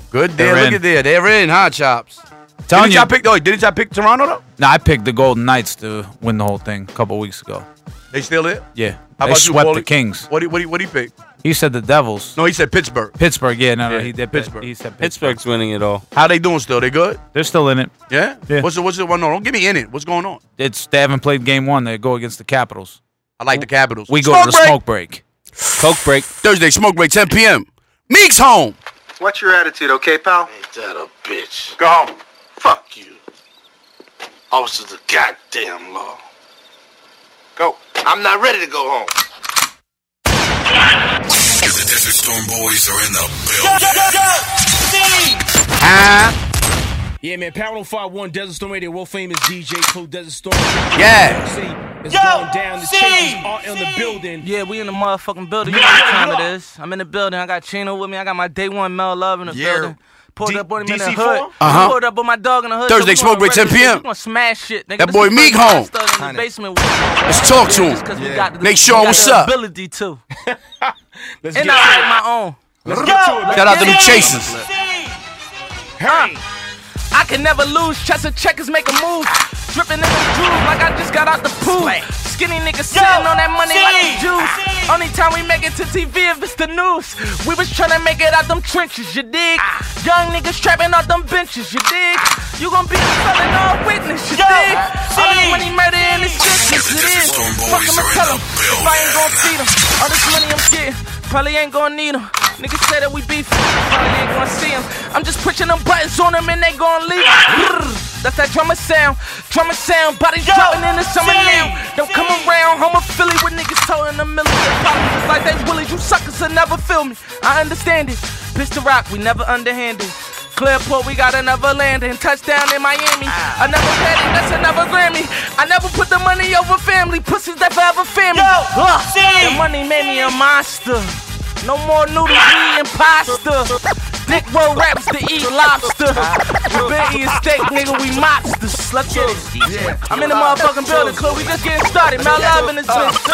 Speaker 6: Good there.
Speaker 5: They're
Speaker 6: Look
Speaker 5: in.
Speaker 6: at there. They're in, huh, chops?
Speaker 5: Telling
Speaker 6: didn't
Speaker 5: you-
Speaker 6: y'all pick? Oh, didn't y'all pick Toronto though?
Speaker 5: No, I picked the Golden Knights to win the whole thing a couple weeks ago.
Speaker 6: They still there?
Speaker 5: Yeah.
Speaker 6: How
Speaker 5: they
Speaker 6: about you,
Speaker 5: swept the
Speaker 6: Paulie?
Speaker 5: Kings.
Speaker 6: What do you- what do you- what do you pick?
Speaker 5: He said the Devils.
Speaker 6: No, he said Pittsburgh.
Speaker 5: Pittsburgh, yeah, no, no,
Speaker 2: Yeah,
Speaker 5: he did Pittsburgh.
Speaker 2: Pittsburgh.
Speaker 5: He said Pittsburgh.
Speaker 2: Pittsburgh's winning it all.
Speaker 6: How they doing still? They good?
Speaker 5: They're still in it.
Speaker 6: Yeah?
Speaker 5: Yeah.
Speaker 6: What's the what's the one? No, don't get me in it. What's going on?
Speaker 5: It's they haven't played game one. They go against the Capitals.
Speaker 6: I like the Capitals.
Speaker 5: We go to the smoke break.
Speaker 2: Coke break.
Speaker 6: Thursday smoke break, 10 p.m. Meek's home.
Speaker 15: What's your attitude, okay, pal?
Speaker 4: Ain't that a bitch?
Speaker 15: Go home.
Speaker 4: Fuck you. Officers of goddamn law. Go. I'm not ready to go home.
Speaker 16: The Desert Storm Boys are in the building.
Speaker 10: Yeah, man, Power 1051, Desert Storm Radio, world famous DJ, Clue Desert Storm.
Speaker 6: Yeah.
Speaker 10: City is
Speaker 17: Yo,
Speaker 10: going down. The
Speaker 17: C,
Speaker 10: Chasers are in the building.
Speaker 17: Yeah, we in the motherfucking building. You know what time it is. I'm in the building. I got Chino with me. I got my day one Mel Love in the
Speaker 6: Yeah.
Speaker 17: building. Pulled up on him in the
Speaker 6: DC4?
Speaker 17: hood.
Speaker 6: Uh-huh.
Speaker 17: Pulled up on my dog in the hood.
Speaker 6: Thursday
Speaker 17: we
Speaker 6: smoke
Speaker 17: gonna
Speaker 6: break,
Speaker 17: wreck
Speaker 6: 10
Speaker 17: this shit.
Speaker 6: p.m.
Speaker 17: We gonna smash shit. Nigga.
Speaker 6: That
Speaker 17: This
Speaker 6: boy
Speaker 17: is the
Speaker 6: Meek
Speaker 17: first
Speaker 6: home.
Speaker 17: time I started in the basement with
Speaker 6: Let's talk to him.
Speaker 17: Cause we got the,
Speaker 6: Nate
Speaker 17: we
Speaker 6: Shaw,
Speaker 17: got
Speaker 6: what's
Speaker 17: the
Speaker 6: up?
Speaker 17: ability to.
Speaker 10: Let's
Speaker 17: and I like
Speaker 10: get to it.
Speaker 17: my own.
Speaker 10: Let's get to it,
Speaker 6: Shout out to
Speaker 17: the
Speaker 6: them Chasers.
Speaker 17: Huh?
Speaker 18: I can never lose. Chess of checkers make a move. Dripping in the groove like I just got out the pool. Skinny niggas sitting on that money like a juice. Only time we make it to TV if it's the news. We was tryna make it out them trenches, you dig? Young niggas trapping out them benches, you dig? You gon' be selling all witness, you dig? All this money murder in this business, it is. Fuck I'ma tell 'em if I ain't gon' feed 'em. All this money I'm getting, probably ain't gon' need 'em. Niggas say that we beef, probably ain't gon' see 'em. I'm just pushing them buttons on 'em and they gon' leave. That's that drummer sound, drummer sound, bodies dropping in the summer now. Don't come around, home of Philly with niggas toting a million dollars. Like they willies, you suckers will never feel me. I understand it. Pitch the rock, we never underhanded. Clearport, we got another landing. Touchdown in Miami. Another petty, that's another Grammy. I never put the money over family. Pussies that forever family. Ugh, the money made me a monster. No more noodles, we imposter. Dick roll raps to eat lobster. We been eating steak, nigga, we mobsters. Let's get it. I'm in the motherfucking building, club. We just getting started. Mount Love in the twist,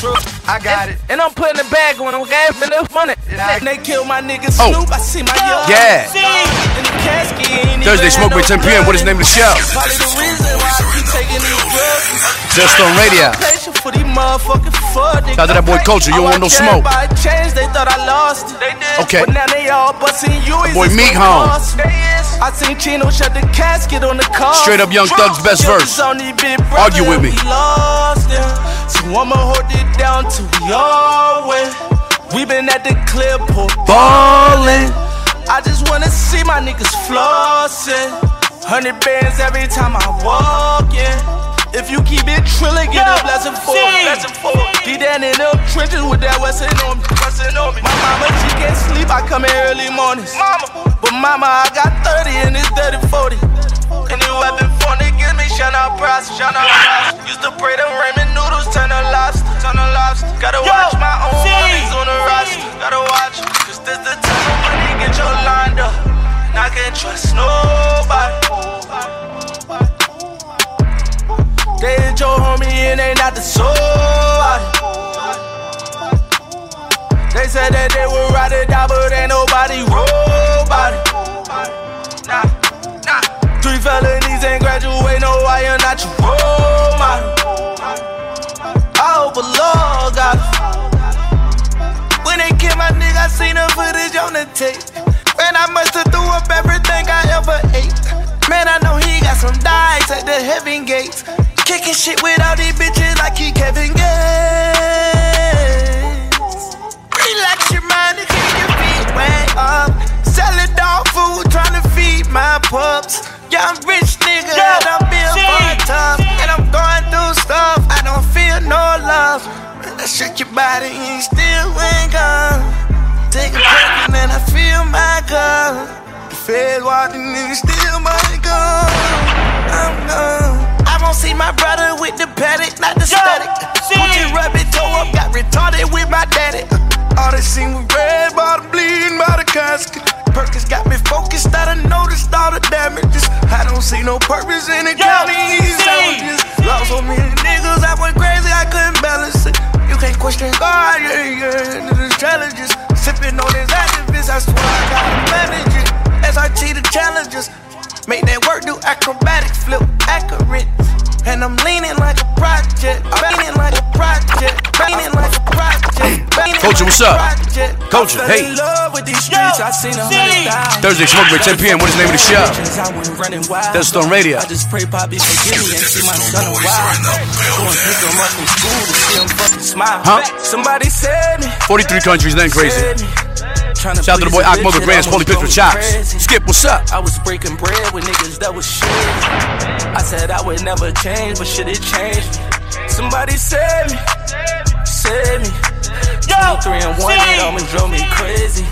Speaker 18: too. I got it. And I'm putting the bag on them, okay? And this money. And they kill my niggas.
Speaker 6: Oh.
Speaker 18: Snoop, I see my young.
Speaker 6: Yeah.
Speaker 18: niggas In the casket. ain't
Speaker 6: Thursday,
Speaker 18: even
Speaker 6: Smoke Break,
Speaker 18: had
Speaker 6: 10 p.m. What is the name of the show?
Speaker 18: Probably the reason why I keep taking these drugs.
Speaker 6: Just on radio.
Speaker 18: Patient for these motherfucking fuck niggas.
Speaker 6: Shout out to that boy Culture, you don't want no
Speaker 18: I watch
Speaker 6: smoke.
Speaker 18: everybody change, they thought I lost it. They did.
Speaker 6: Okay.
Speaker 18: But now they all busting you.
Speaker 6: That boy Meek home.
Speaker 18: I seen Chino shut the casket on the car.
Speaker 6: Straight up Young Thug's best verse. Argue with me.
Speaker 18: lost them. So I'ma hold it down till we all win. We been at the clip ballin'. I just wanna see my niggas flossin'. Hundred bands every time I walk in. If you keep it trilling, get a blessing for it. Blessing for it. Be down in them trenches with that Westin on me. Westin on me. My mama, she can't sleep. I come in early mornings. Mama. But mama, I got 30 and it's 30 40. Any weapon for niggas, me shine out price, shine out price. Used to pray them ramen noodles, turn to lobster, turn to lobster. Gotta watch my own money's on the roster, gotta watch. Cause this the time of money, get your lined up. And I can't trust nobody. They ain't your homie and they not the soul. They said that they would ride it out, but ain't nobody robot. Nah, nah. Three felonies ain't graduate, no, I am not your role model. I hope a law got it. When they killed my nigga, I seen the footage on the tape. Man, I must have threw up everything I ever ate. Man, I know he got some dice at the heaven gates. Kicking shit without these bitches like he Kevin Gates. Relax your mind and get your feet wet up. Selling dog food, trying to feed my pups. Yeah, I'm rich nigga, and I'm built for tough. And I'm going through stuff, I don't feel no love. Man, I shook your body and you still ain't gone. Take a break and then I feel my gun. The fed walking and you still my gun. I'm gone. uh, I won't see my brother with the paddock, not the static. Gucci rabbit toe up, got retarded with my daddy. All they seen was red bottom bleeding by the casket. Perkins got me focused, I done noticed all the damages. I don't see no purpose in the county sandwiches. Lost so many niggas, I went crazy, I couldn't balance it. You can't question God, yeah, yeah, into the challenges. Sipping on his activists, I swear I gotta manage it. SRT the challenges. Make that work do acrobatic, flip accurate. And I'm leaning like a project, leaning like a project, leaning like a project. leaning
Speaker 6: Culture, what's
Speaker 18: like a
Speaker 6: up?
Speaker 18: project. I
Speaker 6: Culture,
Speaker 18: fell
Speaker 6: hey.
Speaker 18: in love with these streets, I seen a hundred thousand.
Speaker 6: Thursday, Smoke Break, 10 p.m. What is the name of the show?
Speaker 18: I went running wild.
Speaker 6: That's on radio.
Speaker 18: I just pray Poppy forgive me and see my son a while. Go and pick him up from school to see him fucking smile.
Speaker 6: Huh?
Speaker 18: Somebody save me.
Speaker 6: 43 countries, nothing crazy.
Speaker 18: Save me. Tryna
Speaker 6: Shout out to the boy Ock
Speaker 18: please a
Speaker 6: Mugga
Speaker 18: bitch
Speaker 6: Grants,
Speaker 18: and I was
Speaker 6: Holy Picture
Speaker 18: going
Speaker 6: Chops.
Speaker 18: crazy.
Speaker 6: Skip, what's up?
Speaker 18: I was breaking bread with niggas that was shit. I said I would never change, but shit, it changed. Somebody save me, save me. Yo, three and one, it almost drove me crazy.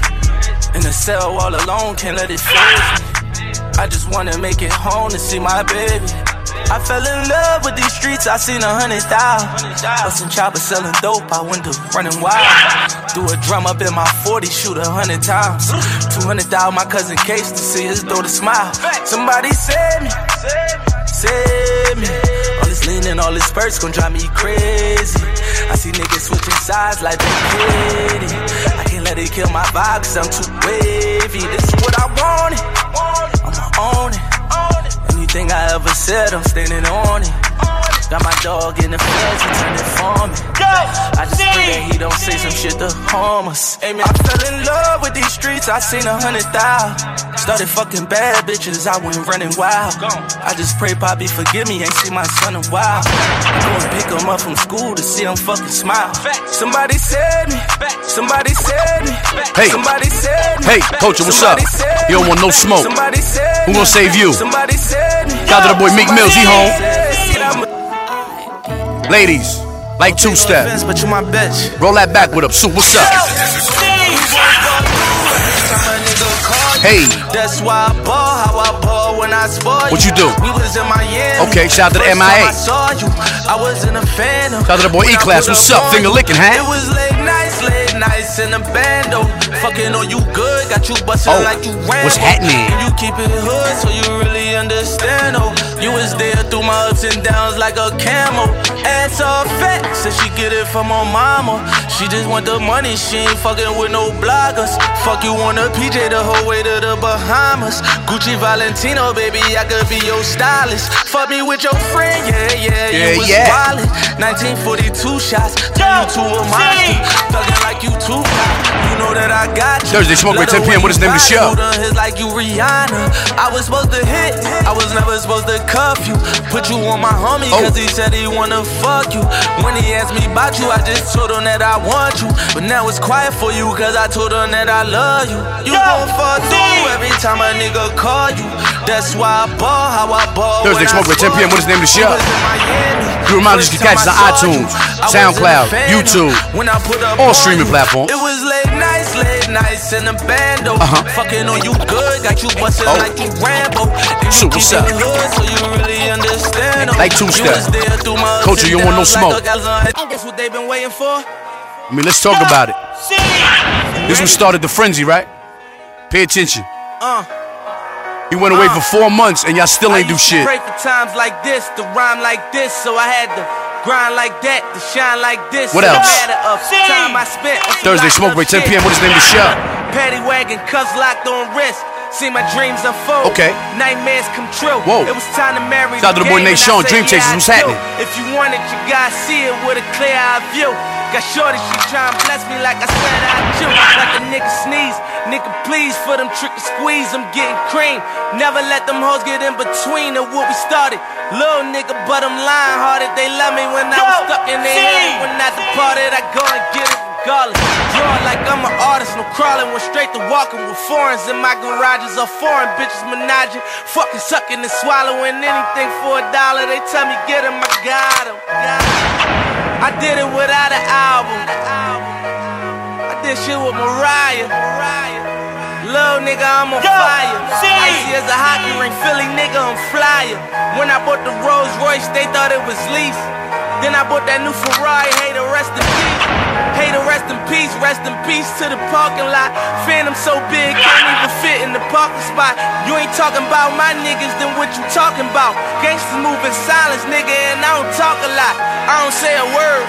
Speaker 18: In the cell all alone, can't let it phase me. I just wanna make it home to see my baby. I fell in love with these streets, I seen a hundred thousand. Bustin' choppers selling dope, I went to running wild. Do a drum up in my 40, shoot a hundred times. 200,000, my cousin Case to see his daughter smile. Somebody save me, save me. All this lean and all this spurts gon' drive me crazy. I see niggas switching sides like they kidding. I can't let it kill my vibe, cause I'm too wavy. This is what I wanted. I'm a own it. Anything I ever said, I'm standing on it. Got my dog in the fence, he turned it for me. I just pray that he don't say some shit to harm us. Amen. I fell in love with these streets, I seen a hundred thousand. Started fucking bad bitches, I went running wild. I just pray Poppy forgive me, ain't seen my son in a while. I go and pick him up from school to see him fucking smile. Somebody said me, somebody said me,
Speaker 6: Hey.
Speaker 18: somebody said
Speaker 6: Hey,
Speaker 18: me.
Speaker 6: Culture, what's up?
Speaker 18: Somebody said
Speaker 6: You don't want no smoke.
Speaker 18: Somebody said
Speaker 6: Who gonna save you?
Speaker 18: Somebody said me.
Speaker 6: Shout out to the boy Meek Mills, he home. Ladies, like two step.
Speaker 18: But you my bitch.
Speaker 6: Roll that back with up. Sue, what's up? Hey,
Speaker 18: That's why I ball, how I ball when I spoil
Speaker 6: What you do?
Speaker 18: We was in Miami.
Speaker 6: Okay, shout out to the
Speaker 18: First time
Speaker 6: MIA.
Speaker 18: I saw you, I was in a phantom.
Speaker 6: Shout out to the boy
Speaker 18: When I
Speaker 6: E-Class,
Speaker 18: put
Speaker 6: what's
Speaker 18: up
Speaker 6: up?
Speaker 18: on
Speaker 6: Finger
Speaker 18: you,
Speaker 6: licking, huh?
Speaker 18: It was late nights, late nights in a bando. Fucking on you good, got you bustin'
Speaker 6: Oh,
Speaker 18: like you ran.
Speaker 6: what's happening?
Speaker 18: You keep it hood, so you really understand, oh. You was there through my ups and downs like a camel. Ass all fat, said she get it from her mama. She just want the money, she ain't fucking with no bloggers. Fuck you on a PJ the whole way to the Bahamas. Gucci Valentino, baby, I could be your stylist. Fuck me with your friend, yeah, yeah,
Speaker 6: Yeah,
Speaker 18: you was
Speaker 6: yeah.
Speaker 18: wildin'. 1942 shots, turn you to a monster. Thuggin' like you too, you know that I got you.
Speaker 6: Thursday, Smoke with 10
Speaker 18: Love
Speaker 6: p.m.
Speaker 18: way
Speaker 6: What is the
Speaker 18: you
Speaker 6: name of the
Speaker 18: ride,
Speaker 6: show?
Speaker 18: hold on, it's like you Rihanna. I was supposed to hit, I was never supposed to cuff you. Put you on my homie,
Speaker 6: Oh.
Speaker 18: cause he said he wanna fuck you. When he asked me about you, I just told him that I want you. But now it's quiet for you, cause I told him that I love you. You gon' fall through every time a nigga call you. That's why I ball, how I ball.
Speaker 6: Thursday,
Speaker 18: when I
Speaker 6: Smoke with 10 p.m. What is the name of the show? You remind us you can catch us on iTunes, SoundCloud, YouTube, all streaming platforms.
Speaker 18: It was late nights, late nights in the bando.
Speaker 6: Uh-huh.
Speaker 18: Fucking on you good, got you bustin'
Speaker 6: Oh.
Speaker 18: like you Rambo. And
Speaker 6: Shoot,
Speaker 18: you
Speaker 6: what's
Speaker 18: keep
Speaker 6: up?
Speaker 18: it hood, so you really understand. 'em.
Speaker 6: Like two
Speaker 18: You
Speaker 6: step.
Speaker 18: was there through my ups
Speaker 6: Culture,
Speaker 18: and
Speaker 6: you don't want no
Speaker 18: downs like
Speaker 6: smoke.
Speaker 18: a gazelle. And That's what they been waiting for.
Speaker 6: I mean, let's talk about it. This one started the frenzy, right? Pay attention.
Speaker 18: Uh.
Speaker 6: He went away for four months and y'all still ain't do shit.
Speaker 18: Pray for times like this, to rhyme like this, so I had to grind like that, to shine like this.
Speaker 6: What
Speaker 18: No
Speaker 6: else?
Speaker 18: matter of uh, time I spent on some
Speaker 6: Thursday,
Speaker 18: locked
Speaker 6: Smoke
Speaker 18: up
Speaker 6: Break, 10
Speaker 18: shit.
Speaker 6: p.m. What is the name of the show?
Speaker 18: Paddy wagon, cuffs locked on wrist. See my dreams unfold.
Speaker 6: Okay.
Speaker 18: Nightmares come true.
Speaker 6: Whoa.
Speaker 18: It was time to marry.
Speaker 6: Shout out to the boy
Speaker 18: game,
Speaker 6: Nate
Speaker 18: and I
Speaker 6: Sean,
Speaker 18: said,
Speaker 6: Dream
Speaker 18: yeah,
Speaker 6: Chasers,
Speaker 18: I
Speaker 6: what's
Speaker 18: do.
Speaker 6: happening?
Speaker 18: If you want it, you gotta see it with a clear eye view. Got shorty, she tryna bless me like I said I do. Like a nigga sneeze, nigga please for them trick and squeeze. I'm getting cream. Never let them hoes get in between of what we started. Little nigga, but I'm lying hearted. They love me when I was stuck in their head. When I departed, I go and get it regardless. Draw like I'm an artist, no crawling, went straight to walking with foreigns in my garages or foreign bitches menaging, fucking sucking and swallowing anything for a dollar. They tell me get 'em, I got 'em. got 'em. I did it without an album. I did shit with Mariah. Little nigga, I'm on fire. Icy as a hockey ring, Philly nigga, I'm flyer. When I bought the Rolls Royce, they thought it was lease. Then I bought that new Ferrari, hey, the rest in peace. Hey, the rest in peace, rest in peace to the parking lot. Phantom so big, can't even fit in the parking spot. You ain't talking about my niggas, then what you talking about? Gangsters move in silence, nigga, and I don't talk a lot. I don't say a word.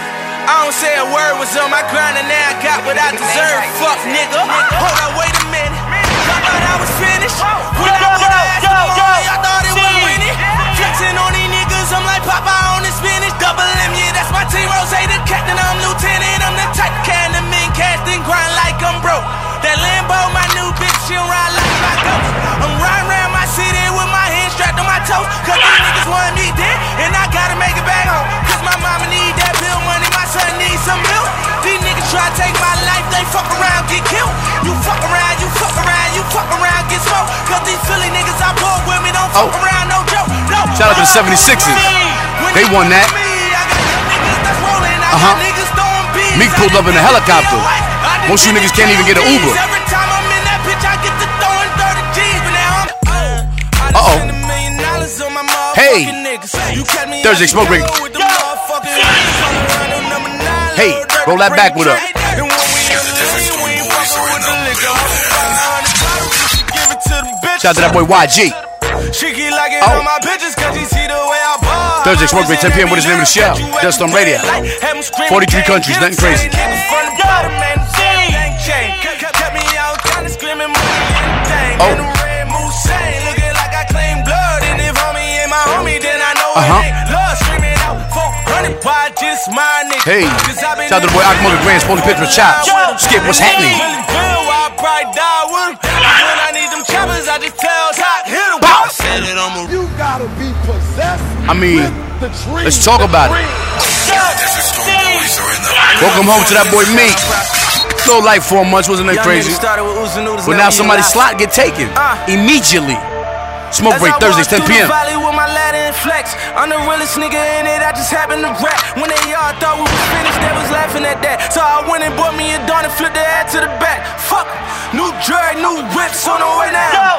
Speaker 18: I don't say a word was on my grind and now I got what I deserve. Fuck nigga. Hold on, wait a minute. Y'all thought I was finished. When I put her ass on the line, y'all thought it was winning. Flexing on these niggas, I'm like Papa on this finish. Double M, yeah, that's my team. Rose, the captain, I'm lieutenant. I'm the type kind of men casting grind like I'm broke. That Lambo, my new bitch, she'll ride like my ghost. I'm riding around my city with my hands strapped on my toes. Cause these niggas want me dead, and I gotta make it back home. Cause my mama need that bill money, my son needs some milk. These niggas try to take my life, they fuck around, get killed. You fuck around, you fuck around, you fuck around, get smoked. Cause these Philly niggas I bought with me don't fuck
Speaker 6: Oh.
Speaker 18: around, no joke. No,
Speaker 6: Shout out to the 76ers. They won that. Uh huh. Meek pulled up in a helicopter. Most you niggas can't even get an Uber.
Speaker 18: every time I'm in that bitch, I get to throwing 30 G's, but now I'm
Speaker 6: Uh oh. Hey. Thursday smoke break. Hey, roll that back with up. Shout out to that boy YG.
Speaker 18: She keep liking all my bitches cause she see the way I
Speaker 6: Oh.
Speaker 18: ball.
Speaker 6: Thursday smoke break 10 p.m. What is the name of the show? Just on radio. 43 countries, nothing crazy.
Speaker 18: Kept me out kinda screaming money and thing.
Speaker 6: Oh.
Speaker 18: In the red Mustang, looking like I
Speaker 6: Uh-huh.
Speaker 18: Love screaming out, 400 why just my nigga.
Speaker 6: Hey, shout out to the boy Akmota Grand's Holy Picture with Chop. Skip what's happening.
Speaker 18: Really real, I probably die with 'em. When I need them choppers, I just tell Todd, hit 'em. I said it, I'm a- You gotta be possessed.
Speaker 6: I mean, let's talk about it. Welcome home to that boy Meek. No life four months, wasn't that
Speaker 18: Young
Speaker 6: crazy?
Speaker 18: nigga started with Uzi Noodles,
Speaker 6: But now
Speaker 18: now we
Speaker 6: somebody's
Speaker 18: in
Speaker 6: slot get taken
Speaker 18: Uh.
Speaker 6: immediately. Smoke break Thursdays, 10 p.m.
Speaker 18: Valley with my ladder and flex. I'm the realest nigga in it. I just happened to rap. When they all thought we was finished, they was laughing at that. So I went and bought me a dawn and flipped the head to the back. Fuck, new drag, new whips on the way now.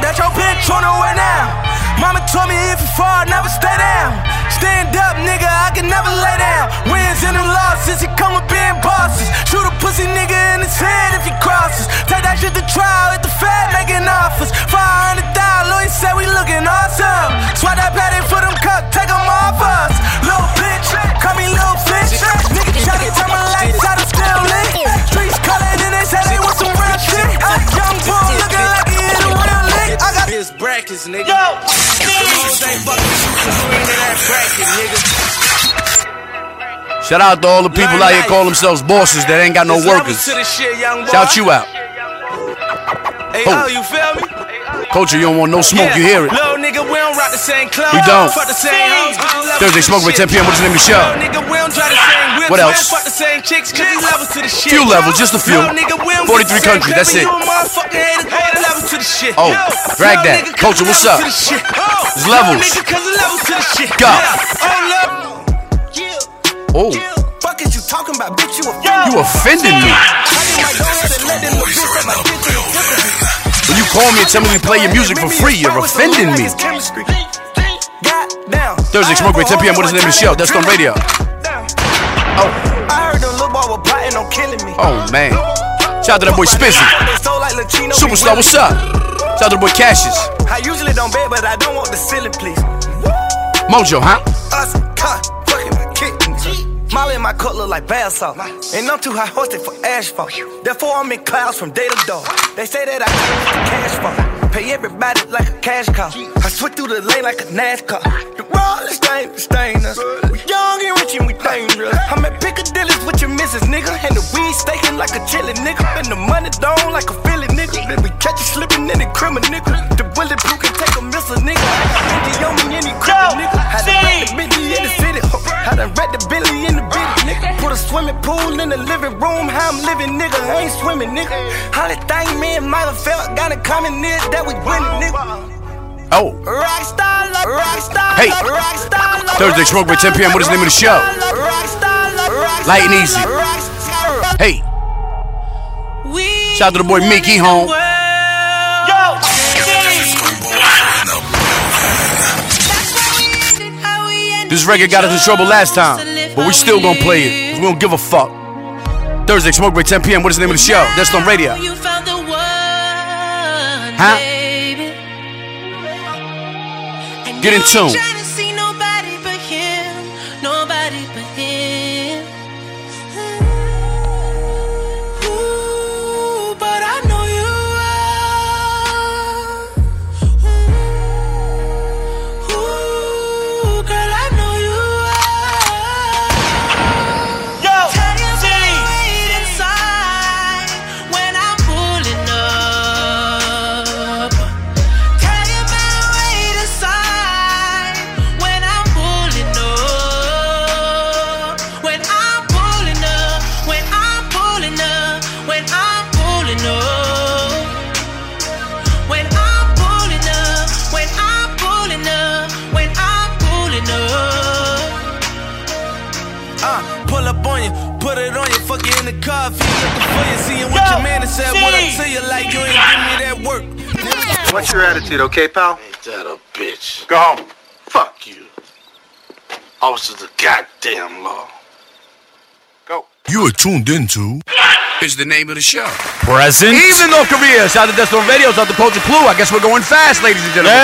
Speaker 18: That's your bitch on the way now. Mama told me if you fall, never stay down. Stand up, nigga, I can never lay down. Wins and them losses, it come with being bosses. Shoot a pussy nigga in his head if he crosses. Take that shit to trial at the Fed making offers. 500 thousand, Louis said we looking awesome. Swat that patty for them cup, take them off us. Little bitch, call me little bitch. Nigga try to turn my lights out, I'm still lit. Streets calling and they say they want some real shit. I young bull looking like he in a real lick. I got this brackets, nigga. Yo,
Speaker 6: Shout out to all the people out here call themselves bosses that ain't got no workers.
Speaker 18: To the shit, young boy.
Speaker 6: Shout you out.
Speaker 18: Hey,
Speaker 6: Oh.
Speaker 18: oh, you feel me?
Speaker 6: Culture, you don't want no smoke, you hear it.
Speaker 18: Little nigga, we don't rock the same club.
Speaker 6: We don't.
Speaker 18: Fuck the same hoes. but you love
Speaker 6: Thursday,
Speaker 18: us to
Speaker 6: smoke
Speaker 18: the
Speaker 6: with 10 p.m. What's the name of the show?
Speaker 18: Little nigga, we don't drive the same whips.
Speaker 6: What
Speaker 18: we
Speaker 6: else?
Speaker 18: don't fuck the same chicks, cause you love us to the shit.
Speaker 6: Few levels, just a few.
Speaker 18: Little nigga, we don't
Speaker 6: 43
Speaker 18: get the same
Speaker 6: countries, that's it.
Speaker 18: paper, You a motherfucking hater, but you love us to the shit.
Speaker 6: Oh,
Speaker 18: Yo,
Speaker 6: drag
Speaker 18: little
Speaker 6: that.
Speaker 18: nigga, 'cause
Speaker 6: Culture,
Speaker 18: you
Speaker 6: what's
Speaker 18: love
Speaker 6: up?
Speaker 18: us to the shit. Oh,
Speaker 6: There's
Speaker 18: little
Speaker 6: levels.
Speaker 18: nigga, 'cause you love us to the shit.
Speaker 6: Go.
Speaker 18: Yeah. Oh, love.
Speaker 6: Oh,
Speaker 18: Fuck is you talking about, bitch? You a
Speaker 6: you offending me. When you call me and tell me we play your music for free, you're offending me. Thursday, smoke break 10 p.m. What is the name of the show? That's on radio.
Speaker 18: I heard them little boy was plotting on killing me.
Speaker 6: Oh man. Shout out to that boy Spizzy.
Speaker 18: They stole like Latino.
Speaker 6: Superstar, what's up? Shout out to the boy Cassius.
Speaker 18: I usually don't bet, but I don't want the silly, please.
Speaker 6: Mojo, huh?
Speaker 18: Us cut, fucking my kittens. Molly in my cut look like bath salt. And I'm too high hosted for asphalt. Therefore, I'm in clouds from day to dawn. They say that I can't get the cash flow. Pay everybody like a cash cow. I switch through the lane like a NASCAR. The world is stain, stain us. We young and rich and we dangerous. I'm at Piccadilly's with your missus, nigga. And the weed staking like a chillin' nigga. And the money down like a Philly nigga. Then we catch you slipping in the criminal nigga. The bulletproof can take a missile, nigga. I ain't on me any criminal nigga. I done wrecked the Bentley in the city. ho. I done wrecked the Billy in the bitty, nigga. Put a swimming pool in the living room. How I'm living, nigga. I ain't swimming, nigga. Holly thing, me and Mother felt got a common near that we winning, nigga.
Speaker 6: Oh.
Speaker 18: Rockstar, love, rockstar,
Speaker 6: Hey.
Speaker 18: love, rockstar, love,
Speaker 6: Thursday, smoke break 10 p.m. What is the name of the show? Light and easy. Hey. Shout out to the boy Meek. He home. This record got us in trouble last time, but we still gonna play it. 'cause We don't give a fuck. Thursday, smoke break 10 p.m. What is the name of the show? That's on radio. Huh? Get in tune.
Speaker 19: When I'm pulling up, when I'm pulling up, when I'm pulling up.
Speaker 18: Uh, pull up on you, put it on you, fuck you in the car if you looking for you. See you with your man and said what I tell you like you ain't give me that work.
Speaker 15: What's your attitude, okay, pal?
Speaker 4: Ain't that a bitch? Go home. Fuck you. Officer, the goddamn law.
Speaker 16: You are tuned into.
Speaker 6: Is the name of the show.
Speaker 5: Present.
Speaker 6: Evening, North Korea. Shout out to Destin Radio. Shout out to Culture Clue. I guess we're going fast, ladies and gentlemen.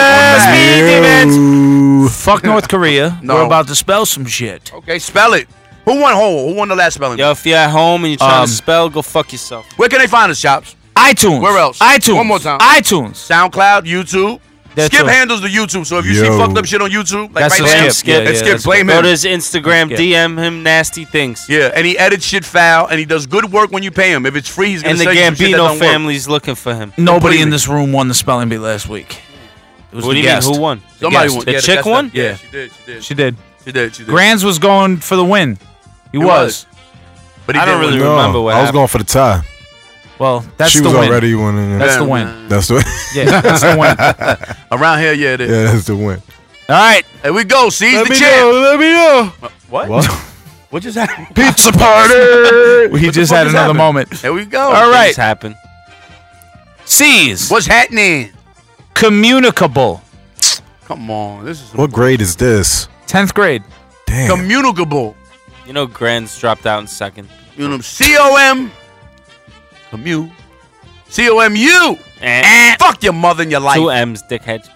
Speaker 6: We're going fast.
Speaker 5: Fuck North Korea.
Speaker 6: No.
Speaker 5: We're about to spell some shit.
Speaker 6: Okay, spell it. Who won whole? Who won the last spelling?
Speaker 2: Yo, if you're at home and you're trying
Speaker 5: Um,
Speaker 2: to spell, go fuck yourself.
Speaker 6: Where can they find us, Chops?
Speaker 5: iTunes.
Speaker 6: Where else?
Speaker 5: iTunes.
Speaker 6: One more time.
Speaker 5: iTunes.
Speaker 6: SoundCloud, YouTube.
Speaker 2: That's
Speaker 6: Skip
Speaker 2: all.
Speaker 6: handles the YouTube, so if you see
Speaker 2: Yo.
Speaker 6: fucked up shit on YouTube, like
Speaker 2: That's
Speaker 6: right now,
Speaker 2: a skip. Skip. Yeah,
Speaker 6: it's
Speaker 2: yeah,
Speaker 6: Skip.
Speaker 2: that's
Speaker 6: Blame
Speaker 2: good.
Speaker 6: him.
Speaker 2: Go to his Instagram, Skip. DM him nasty things.
Speaker 6: Yeah, and he edits shit foul, and he does good work when you pay him. If it's free, he's gonna
Speaker 2: And the
Speaker 6: sell you some shit that
Speaker 2: Gambino
Speaker 6: don't work.
Speaker 2: family's looking for him.
Speaker 5: Nobody in this room won the spelling bee last week. It was
Speaker 2: What
Speaker 5: the
Speaker 2: do you mean,
Speaker 5: guest.
Speaker 2: who won?
Speaker 5: The
Speaker 2: Somebody
Speaker 5: guest.
Speaker 2: won. The Yeah, the chick guest won? won?
Speaker 5: Yeah.
Speaker 2: Yeah,
Speaker 5: she
Speaker 6: did. She did.
Speaker 5: She did.
Speaker 6: She did. She did.
Speaker 5: Grands was going for the win.
Speaker 6: He
Speaker 5: He, was.
Speaker 6: was.
Speaker 5: I don't really
Speaker 3: No,
Speaker 5: remember what
Speaker 3: I was
Speaker 5: happened.
Speaker 3: going for the tie.
Speaker 5: Well, that's
Speaker 3: she
Speaker 5: the
Speaker 3: was
Speaker 5: win.
Speaker 3: already winning. yeah.
Speaker 5: That's the win.
Speaker 3: That's the
Speaker 5: Yeah, that's the win.
Speaker 6: Around here, yeah, it is.
Speaker 3: yeah, that's the win.
Speaker 5: All right.
Speaker 6: Here we go. Seize
Speaker 3: Let
Speaker 6: the
Speaker 3: me
Speaker 6: champ.
Speaker 3: know, let me know.
Speaker 6: What?
Speaker 3: Uh, What?
Speaker 6: What just happened?
Speaker 5: Pizza party. he just had another moment.
Speaker 6: Here we go.
Speaker 5: All right.
Speaker 2: happened.
Speaker 5: C's.
Speaker 6: What's happening?
Speaker 5: Communicable.
Speaker 6: Come on. This is
Speaker 3: What grade is this?
Speaker 5: tenth grade.
Speaker 3: Damn.
Speaker 6: communicable.
Speaker 2: You know, Grand's dropped out in second.
Speaker 6: You know, C O M. Commu. C O M U. Eh. Fuck your mother and your life.
Speaker 2: Two M's, dickhead.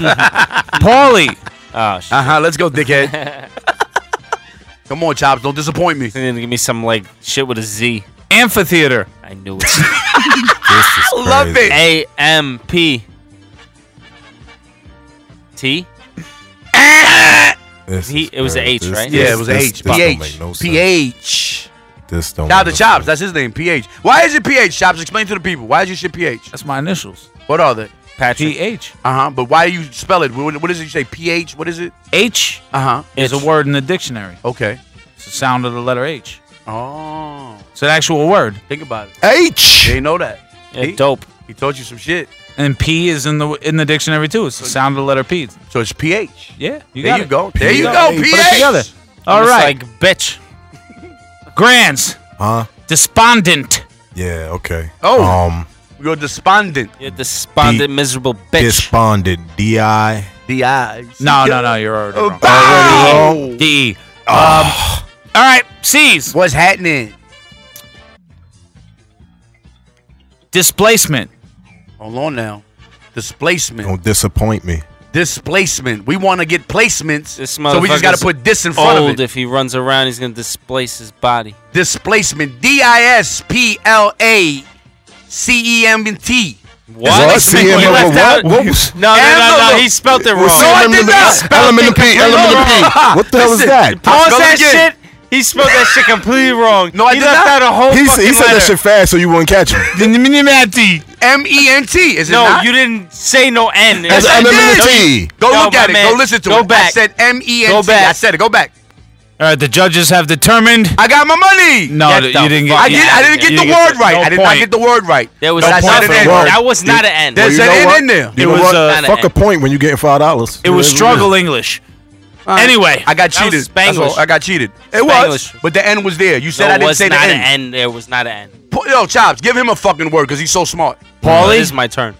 Speaker 5: Paulie.
Speaker 3: Ah,
Speaker 2: Oh, shit.
Speaker 6: Uh huh. Let's go, dickhead. Come on, chops. Don't disappoint me.
Speaker 2: And give me some like shit with a Z.
Speaker 5: Amphitheater.
Speaker 2: I knew it. I
Speaker 6: love it.
Speaker 2: A M P T. He- it was an H,
Speaker 3: This-
Speaker 2: right?
Speaker 3: this-
Speaker 6: Yeah, it was a
Speaker 3: this-
Speaker 6: H.
Speaker 3: this don't
Speaker 6: PH.
Speaker 3: make no sense.
Speaker 6: PH.
Speaker 3: This don't.
Speaker 6: Now the chops. That's his name. PH. Why is it PH? Chops. Explain to the people. Why is your shit PH?
Speaker 5: That's my initials.
Speaker 6: What are they?
Speaker 2: Patrick.
Speaker 5: PH.
Speaker 6: Uh huh. But why do you spell it? What, what does it say? PH. What is it?
Speaker 5: H
Speaker 6: Uh huh.
Speaker 5: is a word in the dictionary.
Speaker 6: Okay.
Speaker 5: It's the sound of the letter H.
Speaker 6: Oh.
Speaker 5: It's an actual word.
Speaker 6: Think about it.
Speaker 3: H.
Speaker 6: They know that.
Speaker 2: Yeah, dope.
Speaker 6: He taught you some shit.
Speaker 5: And P is in the in the dictionary too. It's the sound of the letter P.
Speaker 6: So it's PH.
Speaker 5: Yeah, you
Speaker 6: There
Speaker 5: got
Speaker 6: you
Speaker 5: it.
Speaker 6: go. There you go,
Speaker 5: Put it
Speaker 6: PH.
Speaker 5: together. All
Speaker 2: It's
Speaker 5: right,
Speaker 2: like bitch.
Speaker 5: Grants.
Speaker 3: Huh?
Speaker 5: Despondent.
Speaker 3: Yeah. Okay.
Speaker 6: Oh.
Speaker 3: Um.
Speaker 6: You're despondent.
Speaker 2: You're despondent, miserable bitch.
Speaker 3: Despondent. D I.
Speaker 6: The eyes. Oh,
Speaker 5: No, no, no. You're already wrong.
Speaker 3: Already wrong.
Speaker 5: D. Um. All right, C's.
Speaker 6: What's happening?
Speaker 5: Displacement.
Speaker 6: Hold on now. Displacement.
Speaker 3: Don't disappoint me.
Speaker 6: Displacement. We want to get placements.
Speaker 2: This
Speaker 6: so we just got to put this in front
Speaker 2: old.
Speaker 6: of it.
Speaker 2: If he runs around, he's gonna displace his body.
Speaker 6: Displacement. D I S P L A C E M T.
Speaker 3: What?
Speaker 6: Displacement.
Speaker 3: C M
Speaker 6: You
Speaker 3: O-
Speaker 6: left out-
Speaker 3: what? What was?
Speaker 2: No, no, no, no. He spelled it wrong.
Speaker 3: Well,
Speaker 6: I
Speaker 3: CMM
Speaker 6: did not.
Speaker 3: Element of P. Element of P. What the hell is
Speaker 6: Listen,
Speaker 3: that?
Speaker 2: Pause
Speaker 6: Spell it
Speaker 2: that
Speaker 6: again.
Speaker 2: shit. He spelled that shit completely wrong.
Speaker 6: No, I
Speaker 2: he
Speaker 6: did
Speaker 2: left
Speaker 6: not.
Speaker 2: out a whole
Speaker 3: He, s-
Speaker 2: fucking
Speaker 3: he said that
Speaker 2: letter.
Speaker 3: shit fast so you wouldn't catch him.
Speaker 5: Minimati.
Speaker 6: M E N T. Is it
Speaker 2: No,
Speaker 6: not?
Speaker 2: you didn't say no N.
Speaker 3: That's
Speaker 2: It's-
Speaker 3: element of
Speaker 2: No, you-
Speaker 3: T.
Speaker 6: Go
Speaker 2: No,
Speaker 6: look
Speaker 2: my
Speaker 6: at it.
Speaker 2: man.
Speaker 6: Go listen to
Speaker 2: Go
Speaker 6: it. I
Speaker 2: back.
Speaker 6: said M E N
Speaker 2: Go
Speaker 6: T. I
Speaker 2: back.
Speaker 6: said it. Go back.
Speaker 5: All right, the judges have determined.
Speaker 6: I got my money.
Speaker 5: No,
Speaker 2: Oh, Get
Speaker 5: th-
Speaker 2: the
Speaker 5: you didn't get.
Speaker 2: fuck
Speaker 6: I
Speaker 5: you-
Speaker 6: did. I didn't
Speaker 5: you
Speaker 6: get the
Speaker 5: get
Speaker 6: word right.
Speaker 5: no
Speaker 6: I did not
Speaker 5: point.
Speaker 6: get the word right.
Speaker 2: There was
Speaker 6: No
Speaker 2: that's
Speaker 6: point
Speaker 2: not
Speaker 6: for
Speaker 2: an
Speaker 6: the
Speaker 2: N.
Speaker 6: word.
Speaker 2: That was not an N.
Speaker 6: There's
Speaker 3: you
Speaker 6: an
Speaker 3: know
Speaker 6: N
Speaker 3: what?
Speaker 6: in there.
Speaker 3: You know
Speaker 5: was,
Speaker 3: what?
Speaker 5: uh,
Speaker 3: Fuck a point when you getting five dollars.
Speaker 5: It was struggle English. Anyway,
Speaker 6: I got
Speaker 2: That was
Speaker 6: cheated. That's all.
Speaker 2: Spanglish.
Speaker 6: I got cheated. It was,
Speaker 2: Spanglish.
Speaker 6: but the N was there. You said
Speaker 2: No,
Speaker 6: I
Speaker 2: it
Speaker 6: didn't
Speaker 2: was
Speaker 6: say the
Speaker 2: not
Speaker 6: N.
Speaker 2: an N. There was not an N.
Speaker 6: Po- Yo, Chops, give him a fucking word because he's so smart.
Speaker 2: It
Speaker 5: Paulie
Speaker 2: is my turn.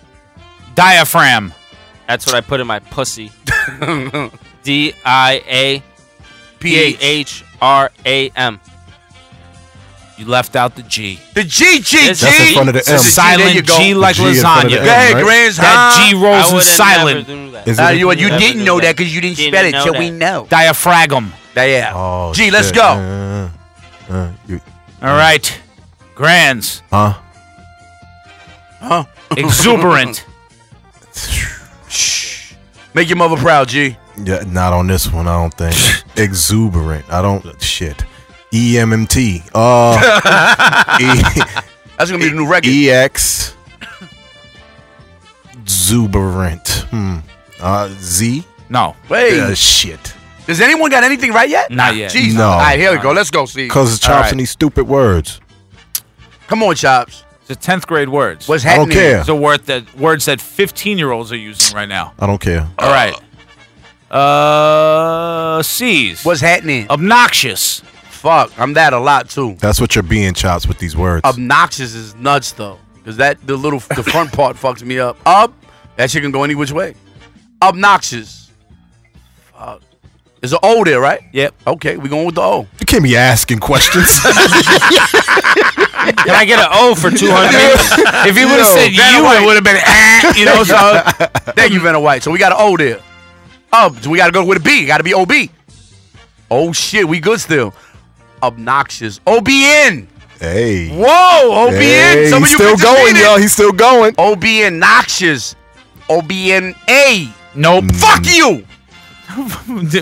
Speaker 5: diaphragm.
Speaker 2: That's what I put in my pussy. D I A P H R A M.
Speaker 5: You left out the G.
Speaker 6: The G G
Speaker 2: That's
Speaker 6: G.
Speaker 3: That's in front of the
Speaker 6: There
Speaker 3: M.
Speaker 6: you
Speaker 5: Silent
Speaker 6: go.
Speaker 5: G like
Speaker 3: G in front of
Speaker 5: lasagna.
Speaker 3: the
Speaker 6: Go ahead,
Speaker 3: right?
Speaker 6: Grands.
Speaker 5: That G
Speaker 2: I
Speaker 5: rolls in
Speaker 2: would've
Speaker 5: silent.
Speaker 2: never knew that.
Speaker 3: Is it-
Speaker 6: Uh, you you
Speaker 2: Never
Speaker 6: didn't
Speaker 2: do
Speaker 6: know that
Speaker 2: that.
Speaker 6: because you didn't,
Speaker 2: Didn't
Speaker 6: spell it,
Speaker 2: know
Speaker 6: so
Speaker 2: that.
Speaker 6: we know.
Speaker 5: Diaphragm.
Speaker 6: Yeah.
Speaker 3: Oh,
Speaker 6: G, let's
Speaker 3: shit.
Speaker 6: go.
Speaker 3: Uh, uh, you-
Speaker 5: All right, Grands.
Speaker 3: huh?
Speaker 6: Huh?
Speaker 5: Exuberant.
Speaker 6: Make your mother proud, G.
Speaker 3: Yeah, not on this one. I don't think. Exuberant. I don't. Shit. E EMMT. Uh. e-
Speaker 6: That's gonna be the new record.
Speaker 3: EX. Exuberant. Hmm. Uh, Z.
Speaker 5: no,
Speaker 6: Wait,
Speaker 3: Uh, shit.
Speaker 6: does anyone got anything right yet?
Speaker 5: Not yet.
Speaker 6: Jesus.
Speaker 3: No.
Speaker 6: All right, here we go. Let's go, see.
Speaker 3: Cause it's chops
Speaker 5: Alright.
Speaker 3: and these stupid words.
Speaker 6: Come on, Chops.
Speaker 5: it's a tenth grade words.
Speaker 6: What's
Speaker 3: I
Speaker 6: happening?
Speaker 3: don't care.
Speaker 5: It's a word that words that fifteen year olds are using right now.
Speaker 3: I don't care.
Speaker 5: All right. Uh, C's.
Speaker 6: What's happening?
Speaker 5: obnoxious?
Speaker 6: Fuck, I'm that a lot too.
Speaker 3: That's what you're being chops with these words.
Speaker 6: Obnoxious is nuts though, because that the little the front part fucks me up. Up, that shit can go any which way. Obnoxious. Fuck. There's an O there, right?
Speaker 5: Yep.
Speaker 6: Okay, we going with the O.
Speaker 3: you can't be asking questions.
Speaker 2: Can I get an O for 200?
Speaker 5: If he would have said you, it would have been ah, you know. So
Speaker 6: Thank you, Vanna White. So we got an O there. Ob, so we got to go with a B. Got to be OB. Oh shit, we good still. Obnoxious. OBN.
Speaker 3: hey.
Speaker 6: Whoa, OBN.
Speaker 3: Hey,
Speaker 6: Some of
Speaker 3: he's
Speaker 6: you
Speaker 3: still
Speaker 6: bitches
Speaker 3: going,
Speaker 6: need it.
Speaker 3: y'all. He's still going.
Speaker 6: OBN noxious. OBNA. Nope.
Speaker 3: Mm.
Speaker 6: Fuck you.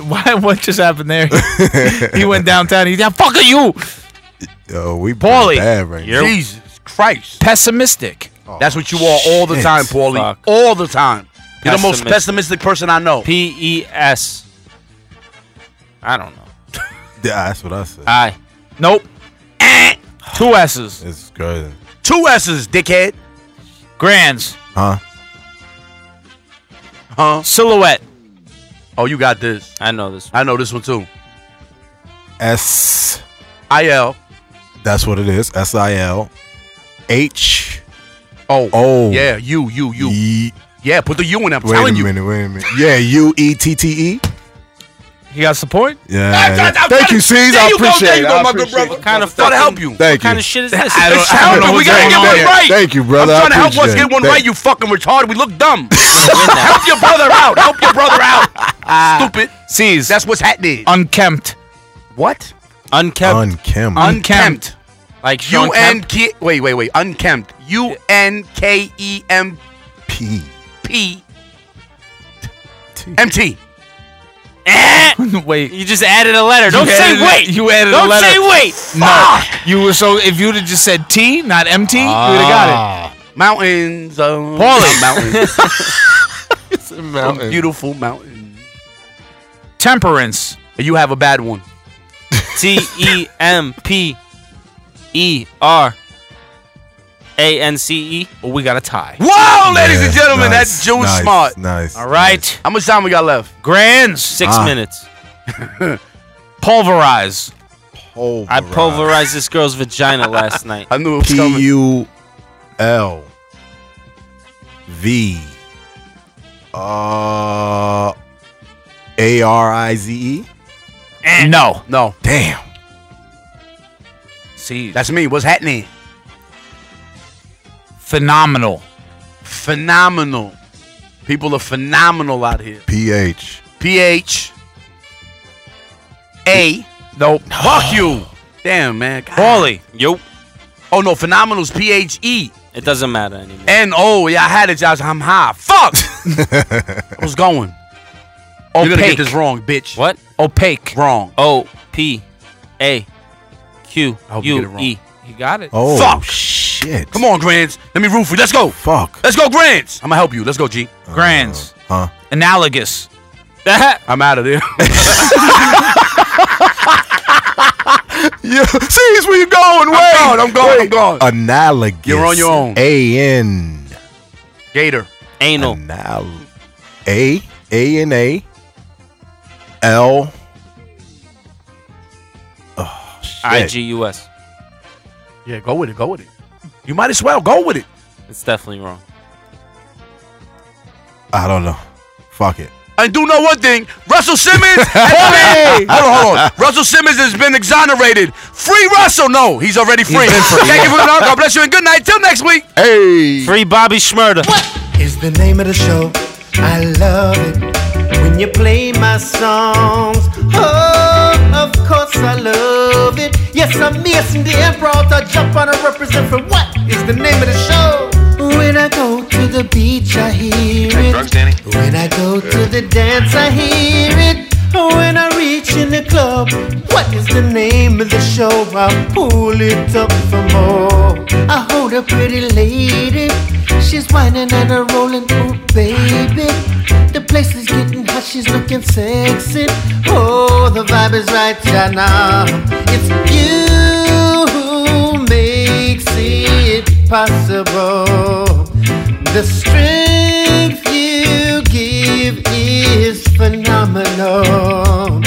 Speaker 5: Why? What just happened there? he went downtown. He's down. Fuck you,
Speaker 3: Yo, we
Speaker 5: Paulie.
Speaker 3: bad right now. Oh,
Speaker 6: Jesus Christ.
Speaker 5: Pessimistic.
Speaker 6: That's what you are all the
Speaker 5: shit.
Speaker 6: time, Paulie.
Speaker 5: Fuck.
Speaker 6: All the time. You're the most pessimistic
Speaker 5: Pessimistic.
Speaker 6: person I know.
Speaker 2: P E S. I don't know.
Speaker 3: Yeah, that's what I said.
Speaker 2: I.
Speaker 5: Nope. Two S's.
Speaker 3: It's crazy.
Speaker 6: Eh. Two S's, dickhead.
Speaker 5: Grands.
Speaker 3: Huh?
Speaker 6: Huh?
Speaker 5: Silhouette.
Speaker 6: Oh, you got this.
Speaker 2: I know this.
Speaker 6: I know this one too.
Speaker 3: S.
Speaker 6: I L.
Speaker 3: That's what it is. S I L. H.
Speaker 6: Oh.
Speaker 3: Oh.
Speaker 6: Yeah, you, you, you. yeah, put the U in. I'm
Speaker 3: Wait
Speaker 6: telling
Speaker 3: a
Speaker 6: you.
Speaker 3: minute. Wait a minute. Yeah. U E T T E.
Speaker 5: He got support.
Speaker 3: Yeah.
Speaker 6: I- I-
Speaker 3: Thank you, C's.
Speaker 6: There
Speaker 3: I
Speaker 6: you go, there
Speaker 3: appreciate
Speaker 6: you
Speaker 3: it.
Speaker 6: go,
Speaker 3: I
Speaker 6: my good
Speaker 3: appreciate
Speaker 6: brother.
Speaker 3: it.
Speaker 6: What kind of Trying to fucking- help you.
Speaker 3: Thank you.
Speaker 2: kind of shit is this?
Speaker 6: I don't,
Speaker 2: It's
Speaker 6: I don't know.
Speaker 2: helping.
Speaker 6: We gotta get one right.
Speaker 3: Thank you, brother.
Speaker 6: I'm trying to help us
Speaker 3: appreciate
Speaker 6: get
Speaker 3: it.
Speaker 6: one right.
Speaker 3: Thank-
Speaker 6: You fucking retarded. We look dumb. help your brother out. Help your brother
Speaker 3: Ah.
Speaker 6: out. Stupid.
Speaker 5: C's.
Speaker 6: That's what's happening.
Speaker 5: Unkempt.
Speaker 6: What?
Speaker 2: Unkempt.
Speaker 3: Unkempt.
Speaker 6: Unkempt.
Speaker 2: Like
Speaker 6: U
Speaker 2: Sean
Speaker 6: N
Speaker 2: Kemp.
Speaker 6: K. Wait, wait, wait. Unkempt. U N K E M
Speaker 3: P.
Speaker 6: P. M T.
Speaker 5: wait.
Speaker 2: Eh? You just added a letter. Don't
Speaker 5: You
Speaker 2: say
Speaker 5: added a-
Speaker 2: wait.
Speaker 5: you added a
Speaker 2: Don't
Speaker 5: letter.
Speaker 2: say wait.
Speaker 5: No. You were so. If you'd have just said T, not MT, you would have got it.
Speaker 6: Mountains. Um,
Speaker 5: Paulie.
Speaker 6: Mountains.
Speaker 3: It's a mountain.
Speaker 6: Beautiful mountains.
Speaker 5: Temperance.
Speaker 6: You have a bad one.
Speaker 2: T E M P E R A N C E.
Speaker 5: Well, we got a tie.
Speaker 6: Wow, ladies and
Speaker 3: Yeah,
Speaker 6: gentlemen, that
Speaker 3: nice,
Speaker 6: Jew
Speaker 3: nice,
Speaker 6: smart.
Speaker 3: Nice.
Speaker 5: All right.
Speaker 6: How much time we got left?
Speaker 5: Grands.
Speaker 2: Six
Speaker 3: Ah.
Speaker 2: minutes.
Speaker 5: Pulverize.
Speaker 2: I pulverized this girl's vagina last night.
Speaker 6: I knew it was
Speaker 3: P
Speaker 6: coming.
Speaker 3: U L V uh A R I Z E.
Speaker 5: No.
Speaker 6: No,
Speaker 3: Damn.
Speaker 5: C's.
Speaker 6: that's me. What's happening?
Speaker 5: phenomenal.
Speaker 6: Phenomenal. People are phenomenal out here.
Speaker 3: P H.
Speaker 6: P H A.
Speaker 5: Nope.
Speaker 6: Fuck you. Damn, man. God.
Speaker 5: Paulie.
Speaker 2: Yo,
Speaker 6: Oh no, phenomenal's P H E
Speaker 2: it doesn't matter anymore.
Speaker 6: N O. Yeah, I had it, Josh. I'm high. Fuck. I was going. You're gonna get
Speaker 5: Opaque.
Speaker 6: this wrong, bitch.
Speaker 2: What?
Speaker 5: Opaque.
Speaker 6: Wrong.
Speaker 2: O P A Q
Speaker 6: hope you get it
Speaker 2: U
Speaker 6: wrong.
Speaker 2: E.
Speaker 5: You got it.
Speaker 3: Oh
Speaker 6: Fuck.
Speaker 3: shit.
Speaker 6: Come on, Grants. Let me root for you. Let's go.
Speaker 3: Fuck. Uh,
Speaker 6: Let's go, Grants. I'm gonna help you. Let's go, G.
Speaker 5: Grands.
Speaker 3: Huh?
Speaker 5: Analogous.
Speaker 6: I'm out of there.
Speaker 3: Yeah. See, it's where you going. Wait.
Speaker 6: gone, I'm gone, I'm gone.
Speaker 3: Analogous.
Speaker 6: You're on your own.
Speaker 3: A N.
Speaker 6: Gator.
Speaker 2: Anal.
Speaker 3: Anal. A A N A. L. Oh, shit.
Speaker 2: I G U S.
Speaker 6: Yeah, go with it. Go with it. You might as well go with it.
Speaker 2: It's definitely wrong.
Speaker 3: I don't know. Fuck it.
Speaker 6: And do know one thing: Russell Simmons. has been, hold on, hold on. Russell Simmons has been exonerated. Free Russell? No, he's already free. Thank you for coming on. God bless you and good night. Till next week.
Speaker 3: Hey.
Speaker 2: Free Bobby Schmurda.
Speaker 20: is the name of the show. I love it when you play my songs. Oh, of course I love it. Yes, I'm Miss from the Emerald. I jump on and represent for what is the name of the show. When I go to the beach, I hear it.
Speaker 21: Drugs, Danny?
Speaker 20: When I go to the dance, I hear it. When I reach in the club, what is the name of the show? I pull it up for more. I hold a pretty lady. She's whining and a rolling, oh baby. The place is getting hot, she's looking sexy. Oh, the vibe is right yeah, now. It's you who makes it possible. The strength you give is phenomenal.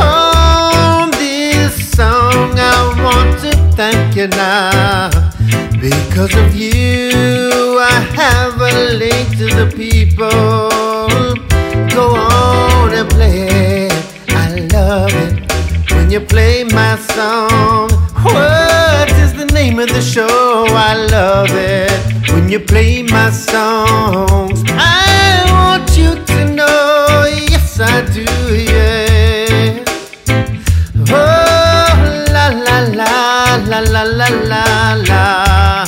Speaker 20: On this song, I want to thank you now. Because of you, I have a link to the people. Go on and play it. I love it when you play my song. What is the name of the show? I love it when you play my songs. I want you to know, yes, I do, yeah. Oh, la la la la la la la la.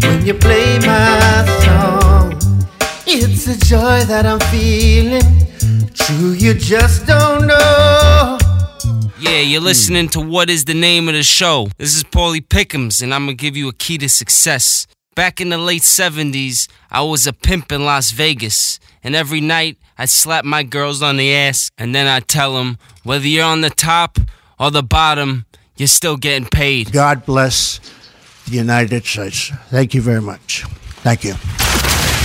Speaker 20: When you play my song, it the joy that I'm feeling. True, you just don't know.
Speaker 2: Yeah, you're listening to What is the Name of the Show? This is Paulie Pickums, and I'm gonna give you a key to success. Back in the late 70s, I was a pimp in Las Vegas, and every night I'd slap my girls on the ass, and then I'd tell them whether you're on the top or the bottom, you're still getting paid.
Speaker 20: God bless the United States. Thank you very much. Thank you.